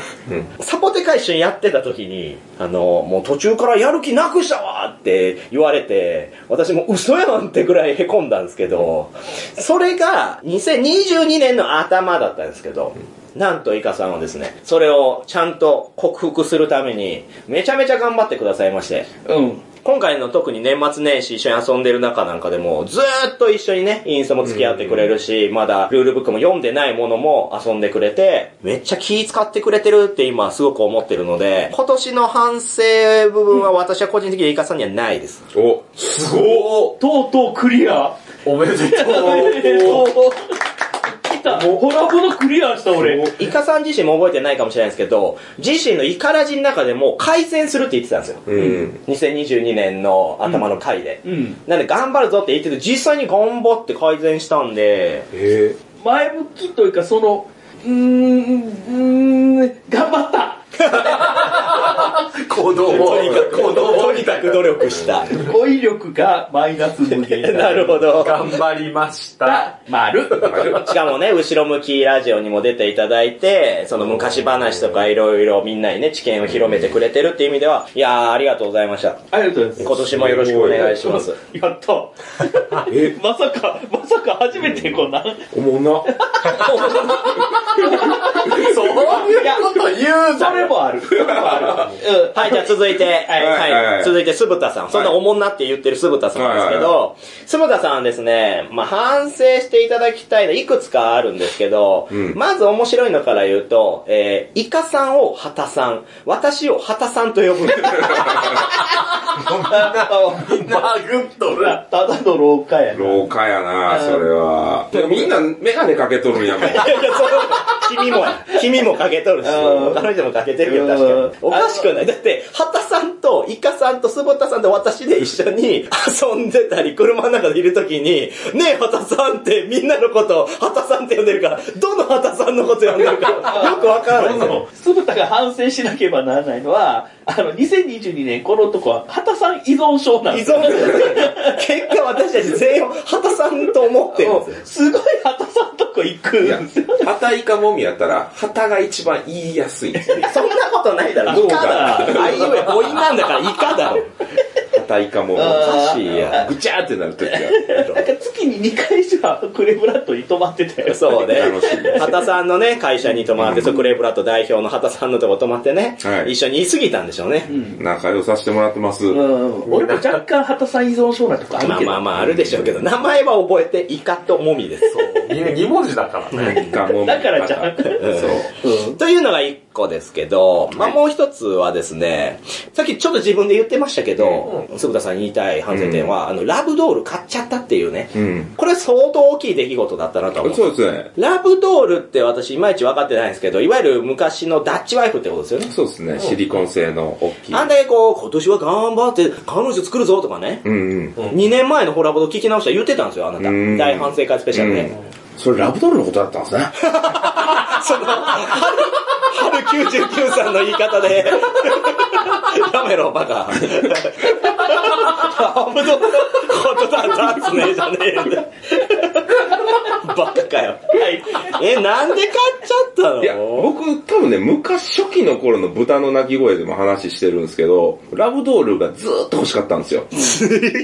サポテカ一緒にやってた時に、あの、もう途中からやる気なくしたわって言われて、私も嘘やんってぐらい凹んだんですけど、それが2022年の頭だったんですけど、なんとイカさんはですね、それをちゃんと克服するために、めちゃめちゃ頑張ってくださいまして、
うん
今回の特に年末年始一緒に遊んでる中なんかでも、ずーっと一緒にね、インスタも付き合ってくれるし、まだルールブックも読んでないものも遊んでくれて、めっちゃ気使ってくれてるって今すごく思ってるので、今年の反省部分は私は個人的にイカさんにはないです。
お、すご
とうとうクリア
おめでと
おお来たほらほらクリアした俺
イカさん自身も覚えてないかもしれないですけど、自身のイカラジの中でも改善するって言ってたんですよ。
いうん。
2022年の頭の回で。
うん
なんで頑張るぞって言ってて、実際に頑張って改善したんで、
え
前向きというかそのうーんうーん頑張った
う。行動 を、行動
と
を
にかく努力した。
語彙力がマイナス無 限
なるほど。
頑張りました。
丸
しかもね、後ろ向きラジオにも出ていただいて、その昔話とかいろいろみんなにね、知見を広めてくれてるっていう意味では、いやー、ありがとうございました。
ありがとうございま
今年もよろしくお願いします。
すやった
え
まさかまさか初めてこんな
おもんな。
そういうこと言う
それもあるそれもあるうん
はい、じゃあ続いて、はい、
はいはい
続いて、すぶたさん。そんなおもんなって言ってるすぶたさんなんですけ
はい
ど、すぶたさんはですね、まあ、反省していただきたいの、いくつかあるんですけど、
うん
まず面白いのから言うと、えー、イカさんをハタさん、私をハタさ んと呼ぶ。
バグっ とる。
ただの廊下やな
廊下やな、それは。でもみんなメガネかけとるんやもん。
いやいやそう 君もや、君もかけとるし、
うん
彼女もかけてるけど確
う
か
ん
に。おかしくないだって、畑さんとイカさんとスボタさんと私で一緒に遊んでたり、車の中でいるときに、ねえ、畑さんってみんなのこと、畑さんって呼んでるから、どの畑さんのこと呼んでるか、 よくわからないですよ。
酢豚が反省しなければならないのは、あの、2022年この男は、畑さん依存症なん
依
です
存結果私たち全員を畑さんと思ってるんですよ。
すごい畑さんとこ行く
いや
んですよ。、
旗イカもみやったら、旗が一番言いやすい。
そんなことないだろ、
ど
イ
う
カ
かな
だろ。あいうえ母音なんだからイカだろ。
旗イカもみ。
おかしいや。
ぐちゃーってなるときが。
なんか月に2回以上クレブラッドに泊まってた よ。
そうね
楽しい。
畑さんのね、会社に泊まって、そうクレープラット代表の畑さんのとこ泊まってね、
はい
一緒に言い過ぎたんでしょうね。
仲良させてもらってます。
うん。俺も若干畑さん依存症なとこある
まあ
けど。
まあまあ、あるでしょうけど、名前は覚えて、イカとモミです。
みんな2文字だからね。
イカもみ。
だからじゃん
旗そう。
というのが一個ですけど、まあもう一つはですね、さっきちょっと自分で言ってましたけど、鈴田さんに言いたい反省点は、あの、ラブドール買っちゃったっていうね、
うん。
これ相当大きい出来事だったなとは思う。
そうですね。
ラブドールって私いまいち分かってないんですけど、いわゆる昔のダッチワイフってことですよね。
そうですね。シリコン製の大きい。
あんだけこう、今年は頑張って彼女作るぞとかね、
うんうん。
2年前のホラボド聞き直したら言ってたんですよ、あなた。
うん
大反省会スペシャル
う
で
ん。それラブドールのことだったんですね。
その、春、春99さんの言い方で、やめろ、バカ。ホラボドのことだったっすね、じゃねえんだ。バカかよ。はい、ない。え、なんで買っちゃったの
いや、僕、多分ね、昔初期の頃の豚の鳴き声でも話してるんですけど、ラブドールがずーっと欲しかったんですよ。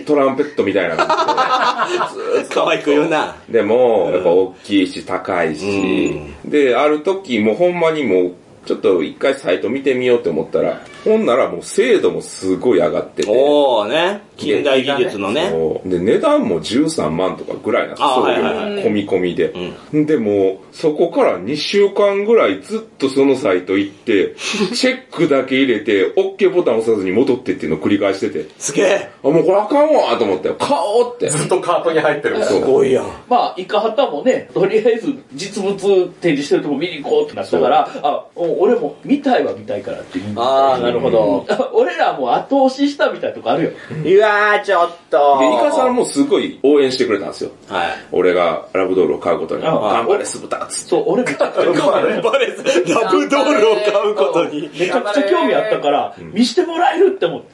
トランペットみたいな感じで。ずーっと
可愛く言うな。
でも、やっぱ大きいし、高いし、で、ある時、もうほんまにもう、ちょっと一回サイト見てみようって思ったら、ほんならもう精度もすごい上がってて、
おーね。近代技術のね。
そうで、値段も13万とかぐらいなんです
あ
送料
はいはい
込み込みで。で、もうそこから2週間ぐらいずっとそのサイト 行って、チェックだけ入れて、OK ボタン押さずに戻ってっていうのを繰り返してて、
すげえ。
あ、もうこれあかんわと思ったよ。買おうって。
ずっとカートに入ってる。
そう
ごいやん。
まあ、イカハタもね、とりあえず実物展示してるとこ見に行こうってなったから、あ、お俺も見たいは見たいからって言う。
あー、なるほど。
俺らもう後押ししたみたいなとこあるよ。
いやー、ちょっと。
で、イカさんもすごい応援してくれたんですよ。
はい。
俺がラブドールを買うことに。
あ
頑張れ、スブタっつって。
そう、俺めちゃくちゃ
バレバレラブドールを買うことに。
めちゃくちゃ興味あったから、見してもらえるって思って。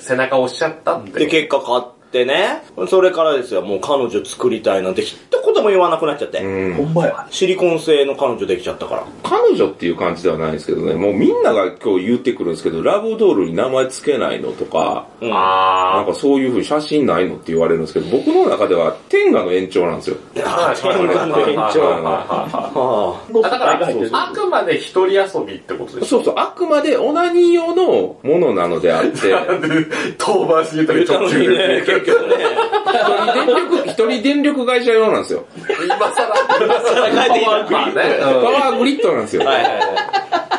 背中押しちゃったって。
で、結果買ってね。それからですよ、もう彼女作りたいなんて一言も言わなくなっちゃって。
うん
ほんまや。
シリコン製の彼女できちゃったから。
彼女っていう感じではないんですけどね、もうみんなが今日言ってくるんですけど、ラブドールに名前つけないのとか、
うん。
なん
あ
かそういう風に写真ないのって言われるんですけど、僕の中では天下の延長なんですよ。
ー。はいはい
天下の延長
はいはいはいはい
は
だ
だから、あくまで一人遊びってことでしょ。
そうそう、あくまでオナニー用のものなのであって、一
なんで、遠回しに言ったら直球で。
結局ね。
人電力、一人電力会社用なんですよ。
今更、今更
帰ってきた
まあね。
パワーグリッドなんですよ。
はいはいは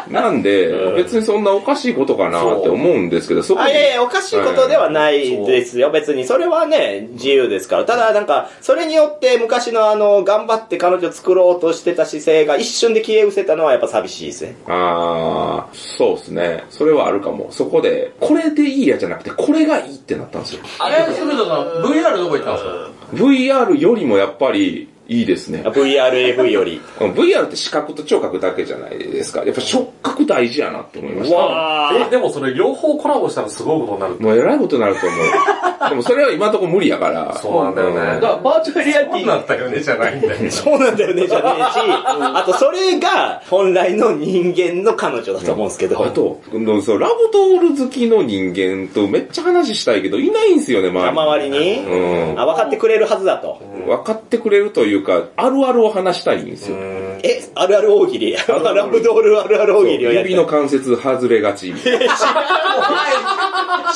い。
なんで、別にそんなおかしいことかなって思うんですけど、そこ
あ、
に
い。やいや、おかしいことではないですよ、別に。それはね、自由ですから。ただ、なんか、それによって昔のあの、頑張って彼女作ろうとしてた姿勢が一瞬で消え失せたのはやっぱ寂しいですね。
あー、そうですね。それはあるかも。そこで、これでいいやじゃなくて、これがいいってなったんですよ。
あれ、すぐとさん、VR どこ行ったんですか
VR よりもやっぱり、いいですね。
VRAV より。
VR って視覚と聴覚だけじゃないですか。やっぱ触覚大事やなって思いました。
え、でもそれ両方コラボしたらすごいことになる。
もうえらいことになると思 う。でもそれは今のところ無理やから。
そうなんだよ
だ
ね
か。らバーチャルリアリティ
そうなんだよね、じゃないんだよ。
そうなんだよね、じゃねえし、あとそれが本来の人間の彼女だと思うんですけど。
あと、そうラブドール好きの人間とめっちゃ話したいけど、いないんすよね、周り。
山割りに、
うん
あ、分かってくれるはずだと。
分かってくれるというか、あるあるを話したいんですよ。
え、あるある大喜利。ラブドールあるある大喜利をや
指の
る。
関節外れがち。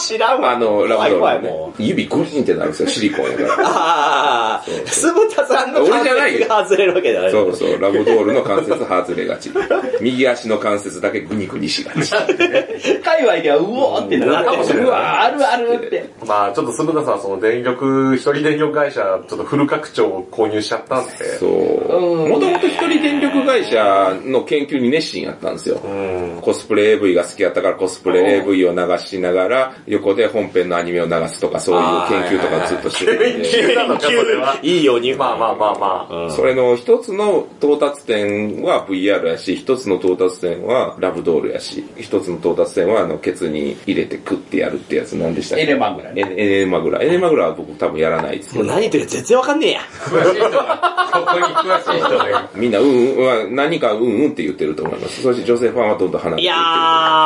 知らんわ。
あの、ラ
怖い
ブドール
怖いも
ね。指グリーンってなるんですよ、シリコンや から。
ああ、すぶたさんの
俺
関
じゃないよ
節が外れるわけじゃない。
そうそう、ラブドールの関節外れがち。右足の関節だけグニグニしがち。
界隈ではうおーってなる
うんなるかもしれないう
わーあるあるって。
まあちょっと鈴田さん、その電力、一人電力会社、ちょっとフル拡張を購入しちゃったんで。
そう。もともと一人電力会社の研究に熱心やったんですよ。
うん。
コスプレ AV が好きやったからコスプレ AV を流しながら、横で本編のアニメを流すとか、そういう研究とかずっとして
研
るんで。
究なのか、それは。
いいように。
まあまあまあまあ。
それの一つの到達点は VR やし、一つの到達点はラブドールやし、一つの到達点はあの、ケツに入れて食ってやるってやつなんでしたっけ
エネマグラね
エネエネマグラ。エネマグラは僕多分やらないですけ
も
ど
う何言ってるか全然わかんねえや。
詳しい人が、そこに詳しい人が。
みんな、うんうんは、何かうんうんって言ってると思います。そして女性ファンはどんどん離れて
い
いっ
や
てる
ー、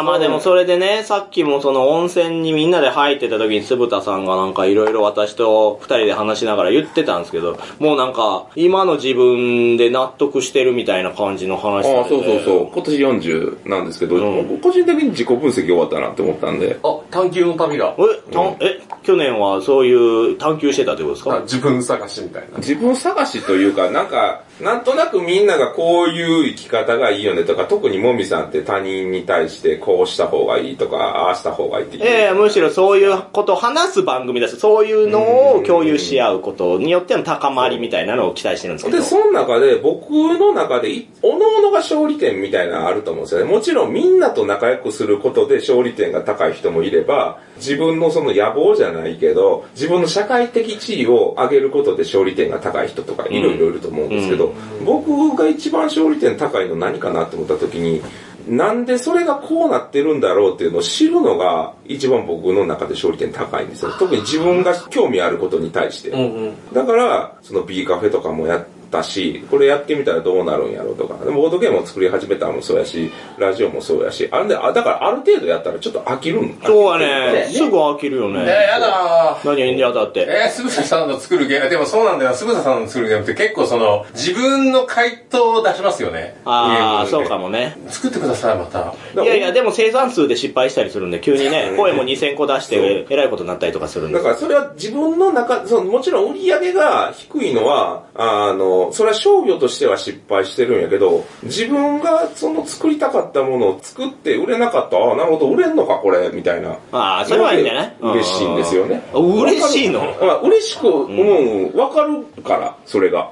まあでもそれでね、さっきもその温泉にみんなで入ってた時に、ぶたさんがなんかいろいろ私と二人で話しながら言ってたんですけど、もうなんか、今の自分で納得してるみたいな感じの話
ああ、そうそう
う。
そう。今年40なんですけど、
うん
個人的に自己分析終わったなって思ったんで、
あ、探求の旅が。
え、たんえ、去年はそういう探求してたってことですか
自分探しみたいな。
自分探しというか、なんか、なんとなくみんながこういう生き方がいいよねとか、特にもみさんって他人に対してこうした方がいいとか、ああした方がいいって言う
ええむしろそういうことを話す番組だし、そういうのを共有し合うことによっての高まりみたいなのを期待してるんですけ
で、
ど。
その中で僕の中でい、おののが勝利点みたいなのあると思うんですよね。もちろんみんなと仲良くすることで勝利点が高い人もいれば、自分のその野望じゃないけど、自分の社会的地位を上げることで勝利点が高い人とかいろいろいると思うんですけど、僕が一番勝利点高いの何かなって思った時に、なんでそれがこうなってるんだろうっていうのを知るのが一番僕の中で勝利点高いんですよ。特に自分が興味あることに対して。だから、その B カフェとかもやったし、これやってみたらどうなるんやろうとか、でもボードゲームを作り始めたのもそうやし、ラジオもそうやし、あれで、あ、だからある程度やったらちょっと飽きるん
そうやね。すぐ飽きるよ
えー、
ね。
やだー。
何やインディアだって。
えー、すぶささんの作るゲーム、でもそうなんだよ、すぶささんの作るゲームって結構その、自分の回答を出しますよね。
ああ、
ゲー
そ
ム
う
で
かもね。
作ってください、また。
いやいや、でも生産数で失敗したりするんで、急にね、声も2000個出して、えらいことになったりとかするんで
だ。からそれは自分の中、そのもちろん売り上げが低いのは、あの、それは商業としては失敗してるんやけど、自分がその作りたかったものを作って売れなかった、ああ、なるほど、売れんのか、これ、みたいな。
ああ、それはいいんじゃない
嬉しいんですよね。
うん嬉しいの
わかるまあ嬉しく思う、わかるから、それが。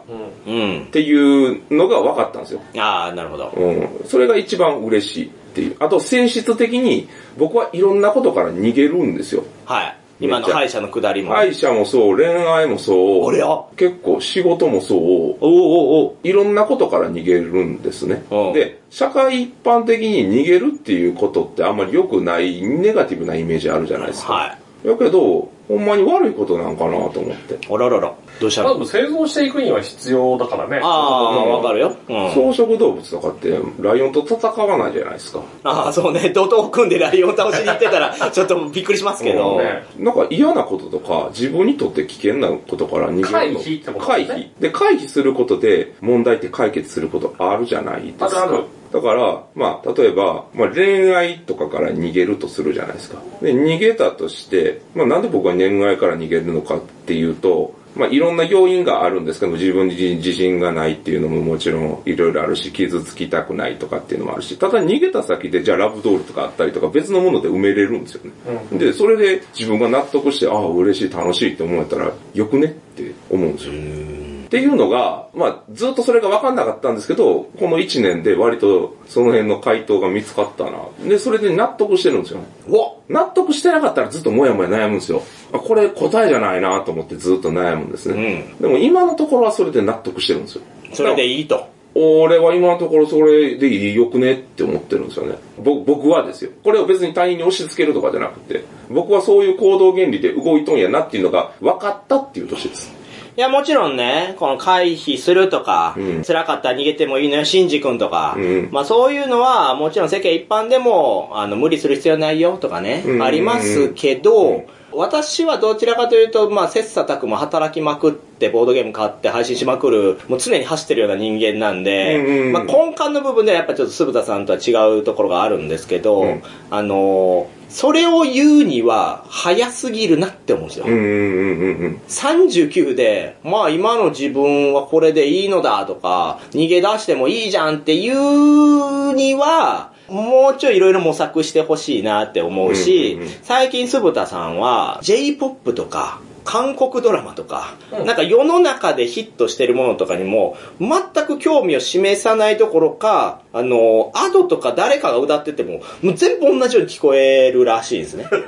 うん
っ。ていうのが分かったんですよ。
ああ、なるほど。
うん。それが一番嬉しいっていう。あと、性質的に僕はいろんなことから逃げるんですよ。
はい。今の歯医者のくだりも。
愛者もそう、恋愛もそう。
あれや。お
結構仕事もそう、
おおお
いろんなことから逃げるんですね
うん。
で、社会一般的に逃げるっていうことってあんまり良くない、ネガティブなイメージあるじゃないですか。
はい。
やけど、ほんまに悪いことなんかなと思って。
あららら。どうした
多
の
分製造していくには必要だからね。
ああ、まあわかるよ。うん。
草食動物とかって、ライオンと戦わないじゃないですか。
ああ、そうね。怒 涛組んでライオン倒しに行ってたら、ちょっとびっくりしますけど。
ね
なんか嫌なこととか、自分にとって危険なことから逃げるの。
回避ってこと
回
ですね
避。で、回避することで問題って解決することあるじゃないですか。
あるある
だから、まあ、例えば、まあ、恋愛とかから逃げるとするじゃないですか。で、逃げたとして、まあ、なんで僕は恋愛から逃げるのかっていうと、まあ、いろんな要因があるんですけど、自分に自信がないっていうのももちろんいろいろあるし、傷つきたくないとかっていうのもあるし、ただ逃げた先で、じゃあラブドールとかあったりとか別のもので埋めれるんですよね。で、それで自分が納得して、ああ、嬉しい、楽しいって思えたら、よくねって思うんですよ。っていうのが、まあ、ずっとそれが分かんなかったんですけど、この1年で割とその辺の回答が見つかったな。で、それで納得してるんですよ。納得してなかったらずっともやもや悩むんですよ。あ、これ答えじゃないなと思ってずっと悩むんですね。でも今のところはそれで納得してるんですよ。
それでいいと。
俺は今のところそれでいいよくねって思ってるんですよね。ぼ僕はですよ。これを別に他人に押し付けるとかじゃなくて、僕はそういう行動原理で動いとんやなっていうのが分かったっていう年です。
いや、もちろんね、この回避するとか、
うん
辛かったら逃げてもいいのよ、シンジ君とか、
うん
まあそういうのは、もちろん世間一般でも、あの、無理する必要ないよとかね、
うん
ありますけど、私はどちらかというと、まあ切磋琢磨働きまくって、ボードゲーム買って配信しまくる、もう常に走ってるような人間なんで、
うん
まあ根幹の部分ではやっぱちょっと鈴田さんとは違うところがあるんですけど、
うん
あのーそれを言うには早すぎるなって思うんですよ。
うんうんうんうん。
39で、まあ今の自分はこれでいいのだとか、逃げ出してもいいじゃんっていうには、もうちょいいろいろ模索してほしいなって思うし、
うんうんうん
最近鈴田さんは J-POP とか、韓国ドラマとか、なんか世の中でヒットしてるものとかにも、全く興味を示さないどころか、あの、アドとか誰かが歌ってても、もう全部同じように聞こえるらしいんですね。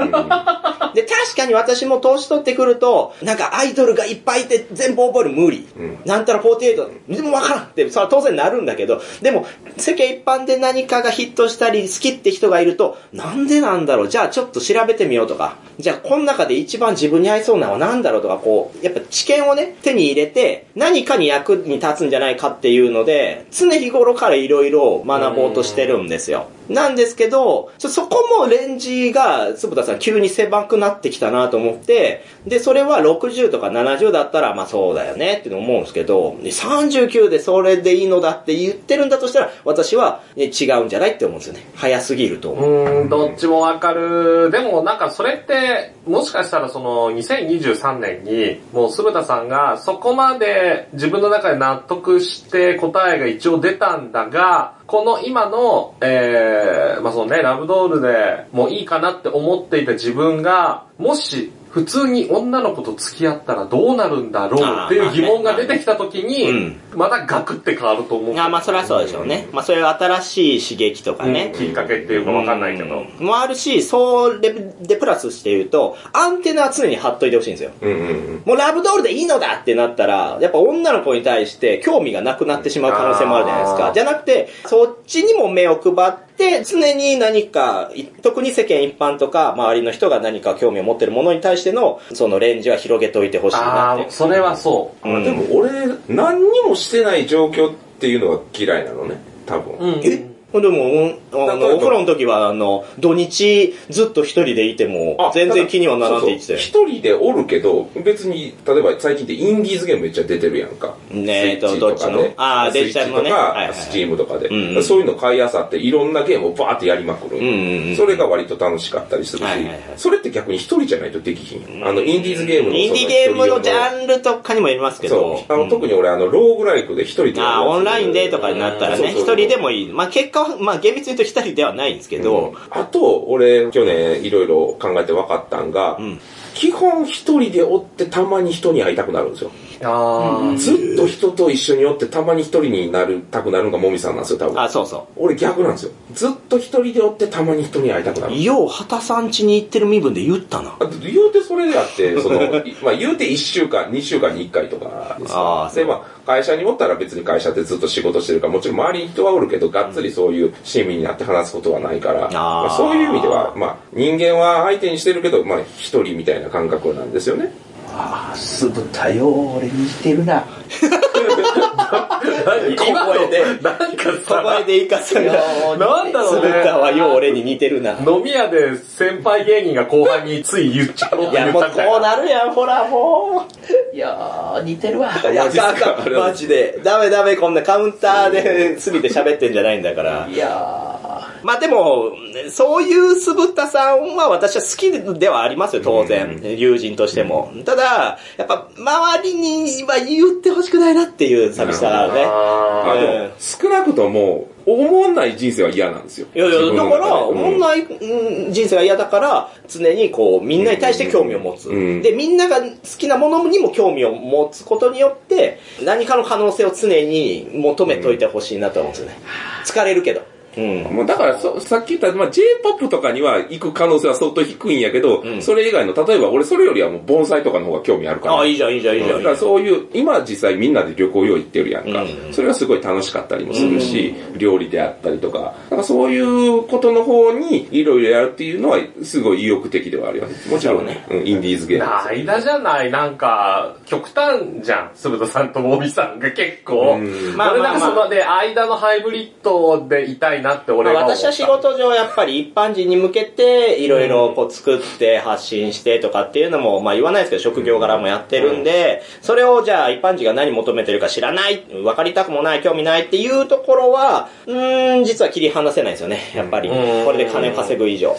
で、確かに私も年取ってくると、なんかアイドルがいっぱいいて全部覚える無理。
ん
なんたら48、でもわからんって、それは当然なるんだけど、でも、世間一般で何かがヒットしたり好きって人がいると、なんでなんだろう、じゃあちょっと調べてみようとか、じゃあこの中で一番自分に合いそうなのは何だろうとか、こう、やっぱ知見をね、手に入れて、何かに役に立つんじゃないかっていうので、常日頃からいろいろ学ぼうとしてるんですよ。なんですけど、ちょそこもレンジが、坪田さん急に狭くなってきたなと思って、で、それは60とか70だったら、まあそうだよねって思うんですけど、で39でそれでいいのだって言ってるんだとしたら、私はね違うんじゃないって思うんですよね。早すぎると
う
思う。
ーん、どっちもわかる。でもなんかそれって、もしかしたらその2023年に、もう鶴田さんがそこまで自分の中で納得して答えが一応出たんだが、この今の、えー、まあそのね、ラブドールでもういいかなって思っていた自分が、もし普通に女の子と付き合ったらどうなるんだろうっていう疑問が出てきた時に、またガクって変わると思う。
あまあそれはそうでしょうね。まあそういう新しい刺激とかね。
きっかけっていうかわかんないけど。
うんもあるし、それでプラスして言うと、アンテナは常に張っといてほしいんですよ。
うんうん
もうラブドールでいいのだってなったら、やっぱ女の子に対して興味がなくなってしまう可能性もあるじゃないです
あ
か。
ー
じゃなくて、そっちにも目を配っで、常に何か、い特に世間一般とか、周りの人が何か興味を持ってるものに対しての、そのレンジは広げといてほしいな
あ
って
あ、。それはそう。
う
で
ん、
も俺、何にもしてない状況っていうのが嫌いなのね、多分。
えでも、うんあ
例えば
の、お風呂の時は、あの、土日ずっと一人でいても
あ、
全然気にはならんって言ってたよ。
そうそう一人でおるけど、別に、例えば最近ってインディーズゲームめっちゃ出てるやんか。
ねえ
スイッチとか
どっちの
で。
あーデジタルのね
スイッチ
はいはいは
と
い
か、スチームとかで
うんうん。
そういうの買いあさっていろんなゲームをバーってやりまくる
んうんうん。
それが割と楽しかったりするし
はいはいはい、
それって逆に一人じゃないとできひんやん。あの、インディーズゲームのその
インディーゲームのジ
ン
ャンルとかにもよりますけど
そ。う。あの、特に俺、あの、ローグライクで一人でやるやつ。
ああ、オンラインでとかになったら
そう
ね、
そう
一
そう
人でもいい。まあ結果は、まあ厳密に言うと一人ではないんですけど、
あと、俺、去年いろいろ考えて分かったんが、
ん
基本一人でおってたまに人に会いたくなるんですよ。
あ
ずっと人と一緒におってたまに一人になるたくなるのがもみさんなんですよ、多分
あ。そうそ
俺逆なんですよ。ずっと一人でおってたまに人に会いたくな
う。
る。
よう、畑さん家に行ってる身分で言ったな。
あ言うてそれであって、 その、いまあ言うて1週間、2週間に1回とかです
あ
か
ー
で、まあ会社におったら別に会社ってずっと仕事してるから、もちろん周りに人はおるけど、がっつりそういう親身になって話すことはないから、まあそういう意味では、まあ人間は相手にしてるけど、まあ一人みたいな感覚なんですよね。
ああ、酢豚よ、俺似てるな。
今の
小声で
なんか
小声
さ、
でイカさんが、
なんだろう
つ
ね
ぶたはよう俺に似てるな。
飲み屋で先輩芸人が後輩につい言っちゃおうっ
い
て言
や、
っ
もう
た
こ
みたいうな。
なるやん、ほら、も
いやー、似てるわ。
う。いや、あかんあかんマジで。ダメダメ、こんなカウンターで過ぎて喋ってんじゃないんだから。
いや
まあでも、そういう酢豚さんは私は好きではありますよ、当然。友人としても。ただ、やっぱ、周りには言ってほしくないなっていう寂しさがね。
あ
え
の、少なくとも、思んない人生は嫌なんですよ。
いやい
自
や、
分の
だ
中
か
で
ら、
うん
女んないうん人生が嫌だから、常にこう、みんなに対して興味を持つ。
うん
で、みんなが好きなものにも興味を持つことによって、何かの可能性を常に求めといてほしいなと思うんですよね。疲れるけど。うん。
もうだからそ、さっき言った、まあ、J-POP とかには行く可能性は相当低いんやけど、
うん
それ以外の、例えば俺それよりはもう盆栽とかの方が興味あるから。
あ、いいじゃん、いいじゃん、いいじゃん。
だからそういう、今実際みんなで旅行用行ってるやんか、
うん
それはすごい楽しかったりもするし、料理であったりとか、なんかそういうことの方にいろいろやるっていうのはすごい意欲的ではあります。もちろんね、うんインディーズゲームです。
間じゃない、なんか、極端じゃん。すぶとさんともみさんが結構。
うん
まあ、俺
まあま
な
あ
んかそので、間のハイブリッドでいたいなって
ま
俺
あ
は思っ
私
た。
は仕事上やっぱり一般人に向けていろいろこう作って発信してとかっていうのもまあ言わないですけど職業柄もやってるんでそれをじゃあ一般人が何求めてるか知らない分かりたくもない興味ないっていうところはうーん実は切り離せないですよねやっぱり
うん
これで金を稼ぐ以上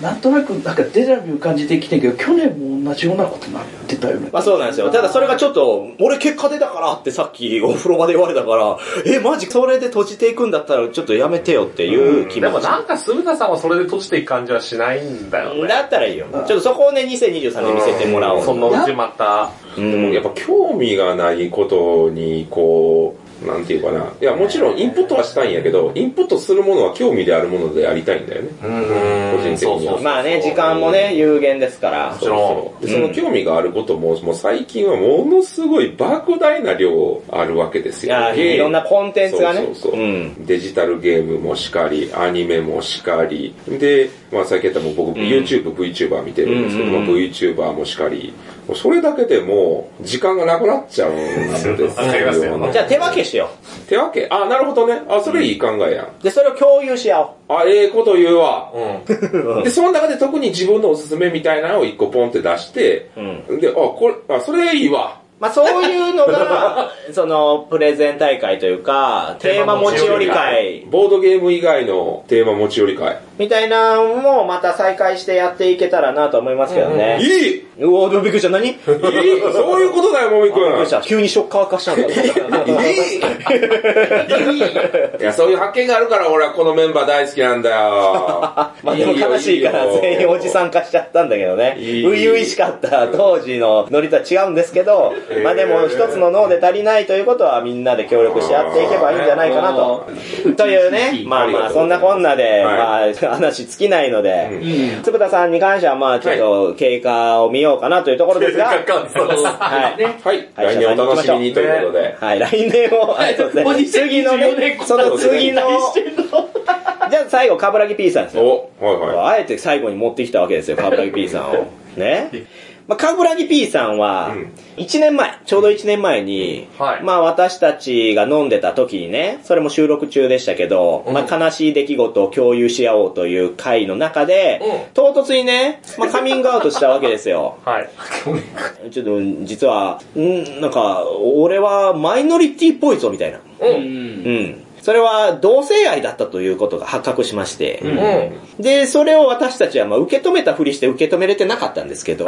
ー、なんとなく、なんかデジャブ感じてきてんけど、去年も同じようなことなってたよね。
まあそうなんですよただそれがちょっと俺結果出たからってさっきお風呂場で言われたからえマジそれで閉じていくんだったらちょっとやめてよっていう気
で
持
も
ち
なんかすぶたさんはそれで閉じていく感じはしないんだよね。
だったらいいよちょっとそこをね2023年見せてもらおう
そのうちまた。
うん
やっぱ興味がないことに、こう、なんていうかな。いや、もちろんインプットはしたいんやけど、インプットするものは興味であるものでありたいんだよね。
うん
個人的には
そうそうそう
まあね、時間もね、有限ですから。
ちろ
でその興味があることも、もう最近はものすごい莫大な量あるわけです
い
よ。
や、
ゲーム
いろんなコンテンツがね。
そうそうそう、
ん。
デジタルゲームもしかり、アニメもしかり、で、まあさっき言ったもう僕、YouTube、VTuber 見てるんですけど、
うんうんうん
まあ VTuber もしかり、もうそれだけでもう時間がなくなっちゃうんですよ
わかりますよ
じゃあ手分けしよ
手分けあ、なるほどね。あ、それいい考えやん。
う。で、それを共有し合おう。
あ、ええこと言うわ。
うん。
で、その中で特に自分のおすすめみたいなのを一個ポンって出して、
うん
で、あ、これ、あ、それいいわ。
まあそういうのが、その、プレゼン大会というか、テーマ持ち寄り会
ボードゲーム以外のテーマ持ち寄り会。
みたいなのもまた再開してやっていけたらなと思いますけど
いい
ね。
いいう
おー、でもびっくりした。何びっく
そういうことだよ、もみく
りした。急にショッカー化したんだ。。
ん。いや、そういう発見があるから俺はこのメンバー大好きなんだよ
まあでも悲しいから全員おじさん化しちゃったんだけどね。
いい
初々しかった当時のノリとは違うんですけど、まあでも一つの脳で足りないということはみんなで協力してやっていけばいいんじゃないかなと。というね、まあまあそんなこんなで、ま
は
あ 話尽きないの
う
で、
ん
つぶたさんに関してはまあちょっと経過を見 ようかなというところですが、
結果感想
はい。
はい。
はい
来年お楽しみにということで。
はい、来年を、あそうですね次のね、その次の、じゃあ最後、カブラギ P さんですよ。
お、はいはい。
あえて最後に持ってきたわけですよ、カブラギ P さん を。ね。まあ、カブラギ P さんは
ん、
1年前、ちょうど1年前に、
はい
まあ私たちが飲んでた時にね、それも収録中でしたけど、まあ悲しい出来事を共有し合おうという会の中で、唐突にね、まあカミングアウトしたわけです よ。
はい。
ちょっと、実は、んなんか、俺はマイノリティっぽいぞ、みたいな。
う
う
ん。
ん。それは同性愛だったということが発覚しまして、で、それを私たちはまあ受け止めたふりして受け止めれてなかったんです けど、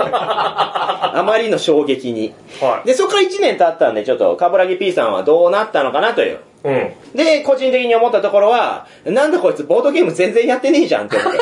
あまりの衝撃に。
は
で、そこから1年経ったんで、ちょっと、カブラギ P さんはどうなったのかなという。
い。うん。
で、個人的に思ったところは、なんだこいつボードゲーム全然やってねえじゃんって思って。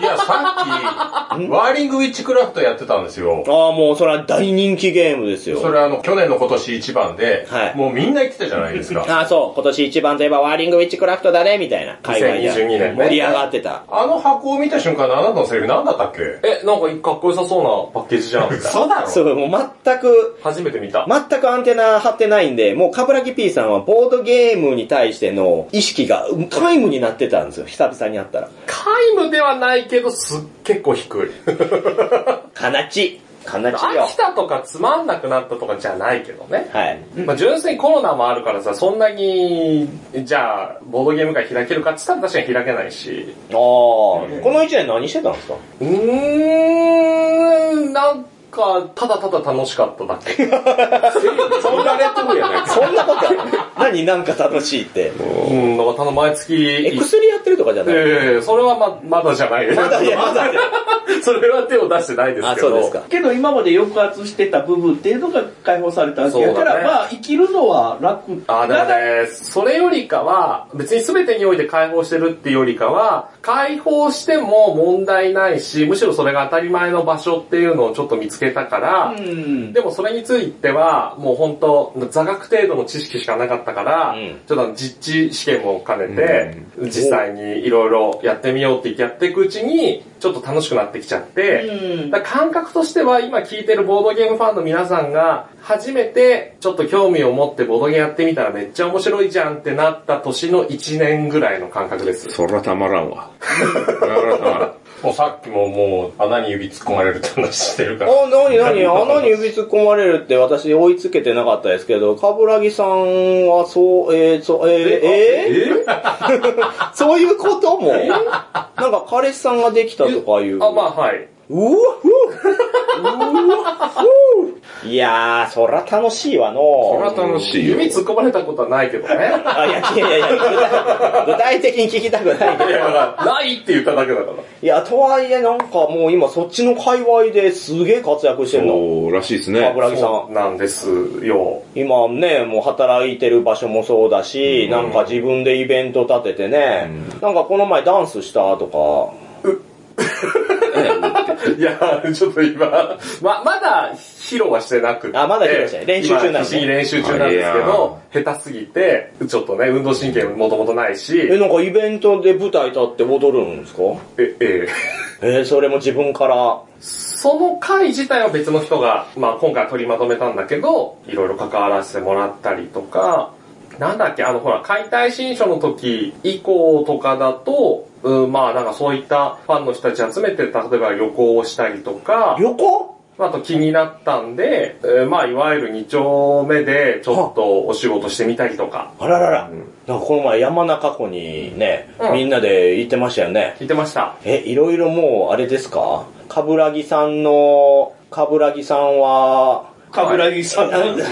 いや、さっき、ワーリングウィッチクラフトやってたんですよ。
ああ、もうそれは大人気ゲームです
そ
よ。
れあの、去年の今年一番で、
はい
もうみんな言ってたじゃないです か。
ああ、そう、今年一番といえばワーリングウィッチクラフトだね、みたいな。海外で
2022年ね
盛り上がってた。
あの箱を見た瞬間のあなたのセリフ何だったっけ
え、なんかかっこよさそうなパッケージじゃん。
嘘だ ろ
そう、もう全く、
初めて見た。
全くアンテナ張ってないんで、もうカブラギ P さんはボードゲームに対しての意識がうん皆無になってたんですよ、久々に会ったら。
皆無ではないけど、すっ結構低い。
かなち。かなちよ
飽き。たとかつまんなくなったとかじゃないけどね。
はい。
まあ純粋にコロナもあるからさ、そんなに、じゃあ、ボードゲーム会開けるかって言ったら確かに開けないし。
ああ、この一年何してたんですか
うーん、なんか、ただただ楽しかっただ け。
そんなレッドブルやないか。
そんなことある 何なんか楽しいって。
うん、だからただ毎月。
え、薬やってるとかじゃない、
ええそれはま、まだじゃ ないです。
まだいや、まだいや。
それは手を出してないです
あ、
けど。
そうですか。
けど今まで抑圧してた部分っていうのが解放されたわけやか
そうだ
ら、
ね
まあ生きるのは楽
あ、でも
だから
ね、それよりかは、別に全てにおいて解放してるっていうよりかは、解放しても問題ないし、むしろそれが当たり前の場所っていうのをちょっと見つけたから、
うん。
でもそれについては、もう本当座学程度の知識しかなかったから、
うん
ちょっとあの実地試験も兼ねて、実際にいろいろやってみようってやっていくうちに、ちょっと楽しくなってきちゃって、
うん
だから感覚としては今聞いてるボードゲームファンの皆さんが初めてちょっと興味を持ってボードゲームやってみたらめっちゃ面白いじゃんってなった年の1年ぐらいの感覚です。
そらたまらんわ。そらたまらん。
もうさっきももう穴に指突っ込まれるって話してるから。
あ、なになに穴に指突っ込まれるって私追いつけてなかったですけど、カブラギさんはそう、えー、そう、えー、えー、そういうこともなんか彼氏さんができたとかいう。
あ、まあはい。
うわふううわふういやー、そら楽しいわ
そ
の
ら楽しいよ。
指突っ込まれたことはないけどね。
あ、いや、いやいやいや具体具体的に聞きたくないけ
い
ど。
やだからないって言っただけだから。
いや、とはいえなんかもう今そっちの界隈ですげえ活躍してるの。
そうらしいです
カ
ね
ブ。ラギさん
そ。うなんですよ。
今ね、もう働いてる場所もそうだし、なんか自分でイベント立ててね、なんかこの前ダンスしたと
いや、ちょっと今、ま、まだ披露はしてなくて。
あまだ披露してない練習中なのね
今必死に練習中なんですけど、下手すぎて、ちょっとね、運動神経もともとないし、
か、え、なんかイベントで舞台立って踊るんですか
え、ええ、
えーそれも自分から。
その回自体は別の人が、まあ今回取りまとめたんだけど、いろいろ関わらせてもらったりとか、なんだっけ、あのほら、解体新書の時以降とかだと、うん、まあなんかそういったファンの人たち集めて、例えば旅行をしたりとか、
横
あと気になったんで、えーまあいわゆる2丁目でちょっとお仕事してみたりとか、
あららら。なんかこの前山中湖にね、
うん
みんなで行ってましたよね。
聞いてました。
え、いろいろもうあれですかカブラギさんの、カブラギさんは、
カブラギさん。
オブラー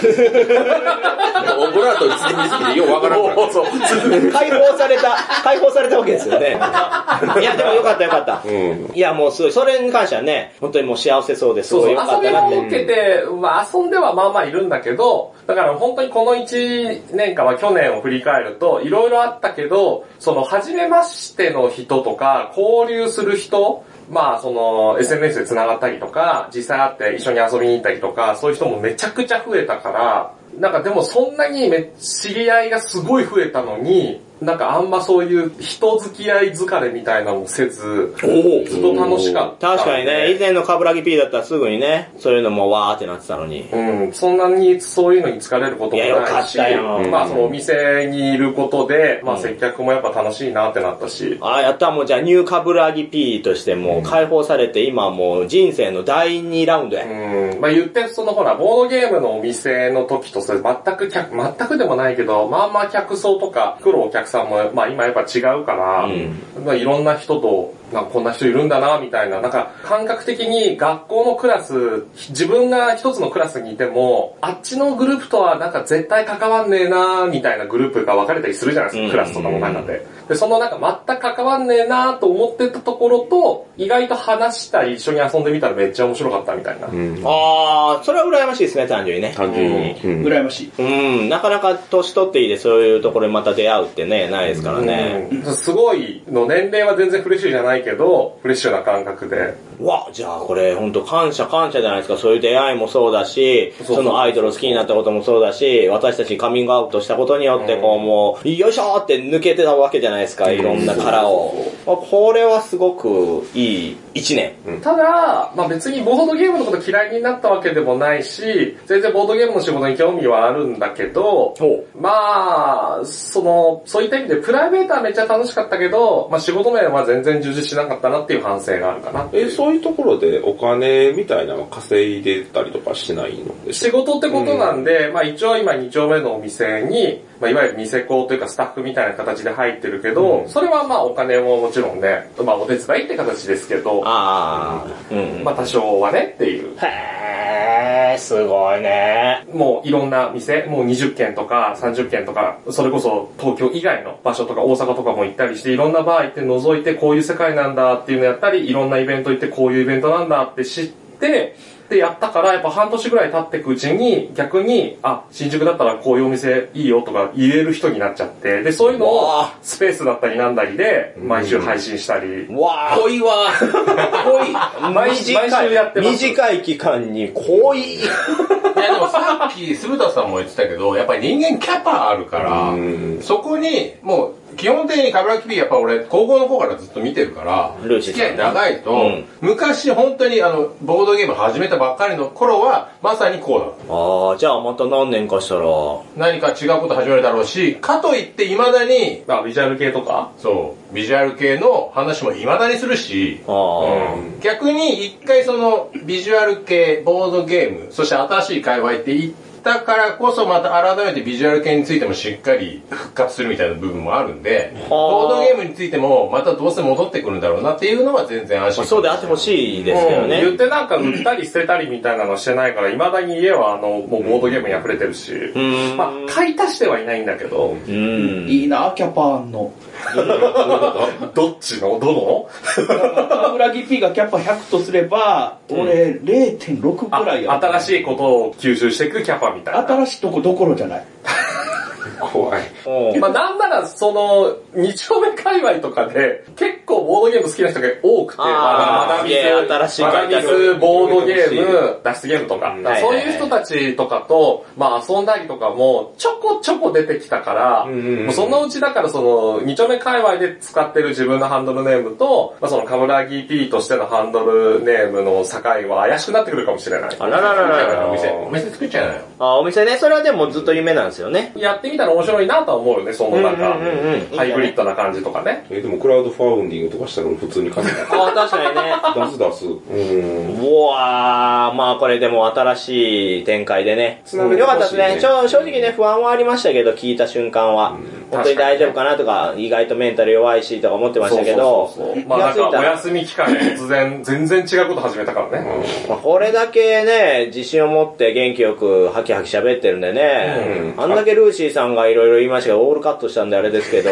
トに包みすぎてようわからんから。
そう。
解放された、解放されたわけですよね。 いや、でもよかったよかった。
うん。
いや、もうすごい。それに関してはね、本当にもう幸せそうです。
そうそう、
よかっ
遊び
たな
も
って。
受けて、まあ遊んではまあまあいるんだけど、だから本当にこの1年間は去年を振り返ると、いろいろあったけど、その初めましての人とか、交流する人、まあその SNS で繋がったりとか、実際会って一緒に遊びに行ったりとか、そういう人もめちゃくちゃ増えたから、なんかでもそんなにめ知り合いがすごい増えたのに、なんかあんまそういう人付き合い疲れみたいなのもせず、ずっと楽しかったんで。
確かにね、以前のカブラギ P だったらすぐにね、そういうのもわーってなってたのに。
うん、そんなにそういうのに疲れることも
いやよか
ない
っ
し、
たよ
まあそのお店にいることで、まあ接客もやっぱ楽しいなってなったし、
ああ、やったもうじゃあニューカブラギ P としてもう解放されて、今もう人生の第2ラウンドや。
うん、まあ言ってそのほら、ボードゲームのお店の時とそれ全く客、全くでもないけど、まあまあ客層とか来るお客さんも、まあ今やっぱ違うから、まあいろんな人と、なんかこんな人いるんだな、みたいな、なんか感覚的に学校のクラス、自分が一つのクラスにいても、あっちのグループとはなんか絶対関わんねえな、みたいなグループが分かれたりするじゃないです
うん
か、クラスとかの中で。で、そのなんか全く関わんねえなと思ってたところと、意外と話したり一緒に遊んでみたらめっちゃ面白かったみたいな。
ああ、それは羨ましいですね、単純にね。
単純に。うん
羨ましい。
うん、なかなか年取っていいでそういうところにまた出会うってね、ないですからね。
うんすごいの年齢は全然フレッシュじゃないけど、フレッシュな感覚で。
うわ、じゃあこれ本当感謝感謝じゃないですか。そういう出会いもそうだし、
そう
そのアイドルを好きになったこともそうだし、私たちにカミングアウトしたことによって、こうもう、よいしょーって抜けてたわけじゃないですか、いろんな殻を。まあこれはすごくいい一年。
ただ、まあ別にボードゲームのこと嫌いになったわけでもないし、全然ボードゲームの仕事に興味はあるんだけど、まあ、その、そういった意味でプライベートはめっちゃ楽しかったけど、まあ仕事面は全然充実しなかったなっていう反省があるかな。
え、そういうところでお金みたいなの稼いでたりとかしないのです
仕事ってことなんで、まあ一応今2丁目のお店に、まあいわゆる店子というかスタッフみたいな形で入ってるけど、それはまあお金ももちろんね、まあお手伝いって形ですけど、
ああ、うん。
まあ多少はねっていう。
へー、すごいね。
もういろんな店、もう20軒とか30軒とか、それこそ東京以外の場所とか大阪とかも行ったりして、いろんなバー行って覗いてこういう世界なんだっていうのやったり、いろんなイベント行ってこういうイベントなんだって知って、で、やったから、やっぱ半年ぐらい経ってくうちに、逆に、あ、新宿だったらこういうお店いいよとか言える人になっちゃって、で、そういうの
う
を
わ
スペースだったりなんだりで、毎週配信したり、
わー。
恋いわ。
濃い。
毎毎週やってます
短い期間に濃い。
いやでもさっき、鈴田さんも言ってたけど、やっぱり人間キャパあるから、そこに、もう、基本的にカブラキビやっぱ俺、高校の頃からずっと見てるから、
ルーシー
付
さん
き合い長いと、
うん
昔本当にあの、ボードゲーム始めたばっかりの頃は、まさにこうだった。
ああ、じゃあまた何年かしたら。
何か違うこと始めるだろうし、かといって未だに、
あ、ビジュアル系とか、
そう、ビジュアル系の話も未だにするし、
あ
逆に一回そのビジュアル系、ボードゲーム、そして新しい界隈って行ったからこそまた改めてビジュアル系についてもしっかり復活するみたいな部分もあるんで、ボードゲームについてもまたどうせ戻ってくるんだろうなっていうのは全然安
あ、
心。
そうであってほしいですけど
うん言っ
ね。
てなんか売ったり捨てたりみたいなのはしてないから、未だに家はあの、もうボードゲームに溢れてるし、
ん
まあ、買い足してはいないんだけど、
うん。
いいな、キャパーンの。
どっちのど
油木 P がキャパ100とすれば、俺0.6
の
くらいや。
あ新しいことを吸収していくキャパみたいな。
新しいとこどころじゃない。
怖い。
おう
まあなんならその、二丁目界隈とかで、結構ボードゲーム好きな人が多くて、
あー
まだ
すげえ新しい
マ
開
ダミ
拓
スボードゲーム、脱出ゲームとか、
んはいはい
そう
はい
いう人たちとかと、まあ遊んだりとかも、ちょこちょこ出てきたから、
んうんうん
もうそのうちだからその、二丁目界隈で使ってる自分のハンドルネームと、まあそのカムラギ P としてのハンドルネームの境は怪しくなってくるかもしれない。
あららららら
お店、お店作っちゃうのよ。
あ、お店ね、それはでもずっと夢なんですよね。
やってみたら面白いなとは思うよね、そのなんか、
うんうんうんうん
ハイブリッドな感じとかね。
え、でもクラウドファウンディングとかしたら俺普通に稼いだ。
ああ、確かにね。
出す出す。うん。
うわー、まあこれでも新しい展開でね。
つなげて
よかったで
ほし
す
いね
ねちょ。正直ね、不安はありましたけど、聞いた瞬間は。本当に大丈夫かなとか、意外とメンタル弱いしとか思ってましたけど
そうそうそうそう、まあなん
気がつ
か
いた
お
ら
休み期間に突然、全然違うこと始めたからね。
まあこれだけね、自信を持って元気よくハキハキ喋ってるんでね、あんだけルーシーさんがいろいろ言いましたけど、オールカットしたんであれですけど、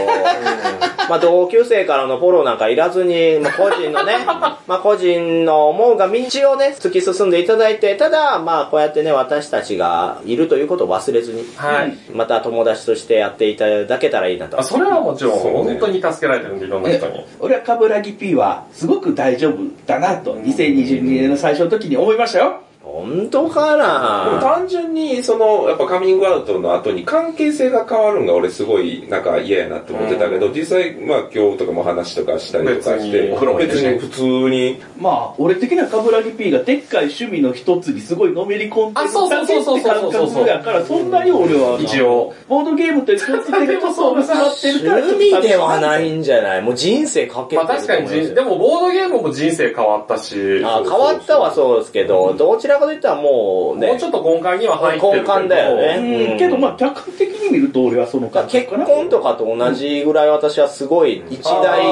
まあ同級生からのフォローなんかいらずに、まあ個人のね、まあ個人の思うが道をね、突き進んでいただいて、ただまあこうやってね、私たちがいるということを忘れずに、
はい。
また友達としてやっていただけたらいいなと
あ。それはもちろん、
そうね
本当に助けられてるんで、いろんな人に
で。俺はカブラギ P はすごく大丈夫だなと、2022年の最初の時に思いましたよ。
お本当かな
単純に、その、やっぱカミングアウトの後に関係性が変わるんが俺すごい、なんか嫌やなって思ってたけど、実際、まあ今日とかも話とかしたりとかして、
別にお風呂も入れて
別
ね
に普通に、
まあ、俺的には冠城 P がでっかい趣味の一つにすごいのめり込んで
あそう
る
そ
だ
うそ
け
うそ
っ
う
て
そ
感
うそう
覚やから、そんなに俺は。
一。応。
ボードゲームと一緒って結構そう結ばってるから。
趣味ではないんじゃないもう人生かけてる
まあ確かに人、でもボードゲームも人生変わったし、
あ変わったはそうですけど、どちらかといったらもうね、
もうちょっと根幹には入って
根
るけど。
幹だよね。
うん、けどまあ客観的に見ると俺はその
だから
感
結
覚かな。
婚とかと同じぐらい私はすごい一大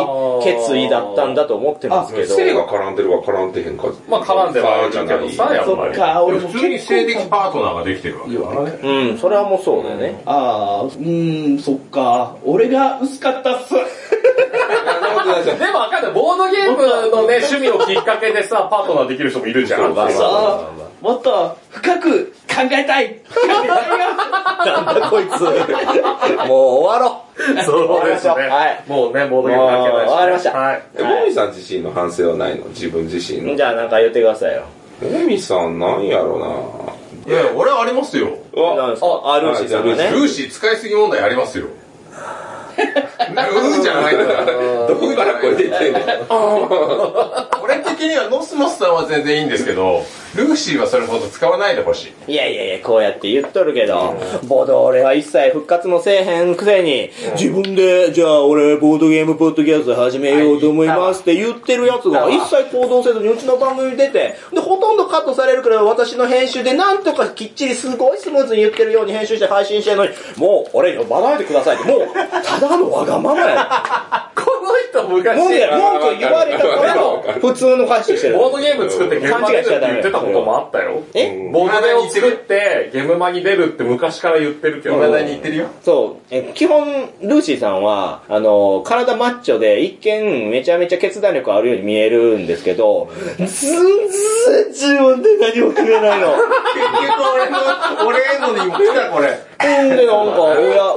決意だったんだと思ってますけど。
性が絡んでるわ絡んでへんか。
まあ絡んではあるけどさ、やっ
そ
ぱ
っ
り。
か、俺も
普通に
結
性
婚
的パートナーができてるわけだからね。
うん、それはもうそうだよね。
ああ、うーん、そっか。俺が薄かったっす。
でもわかんない。ボードゲームのね、趣味をきっかけでさ、パートナーできる人もいるじゃ
そ
ん。
うだ
まあ
あーもっと深く考えたい。考えた
なんだこいつ。もう終わろう。
そうですね
終わりましょうはい。
もうね、ボードゲーム関係
もう
ないし。
終わりました
はい。
え、もみさん自身の反省はないの自分自身の
じ。ゃあなんか言ってくださいよ。
もみさんなんやろ
いやいや、俺はありますよ。
うな
なんですかあ、ルーシーさんが
え
ル
ね。
ーシー使いすぎ問題ありますよ。なうーじゃないんだ
どこから声出てんの
俺的にはノスモスさんは全然いいんですけど、ルーシーはそれほど使わないでほしい。
いやいやいや、こうやって言っとるけど、ボード俺は一切復活もせえへんくせに、自分で、じゃあ俺ボードゲームポッドキャスト始めようと思いますって言ってるやつが一切行動せずにうちの番組に出て、で、ほとんどカットされるから私の編集でなんとかきっちりすごいスムーズに言ってるように編集して配信してるのに、もう俺呼ばないでくださいって、もう、ただのわがまま や。
この人昔、
文句、文句言われたからの普通の返ししてる。
ボードゲーム作ってゲームマに出るって言ってたこともあったよ。
え
ボードゲームを作ってゲームマに出るって昔から言ってるけど。
未だに言ってるよ。
そう。え基本、ルーシーさんは、あの、体マッチョで、一見、めちゃめちゃ決断力あるように見えるんですけど、全然自分で何も決めない の。
結局俺の、俺へのにも来たこれ。
ほんで、なんか、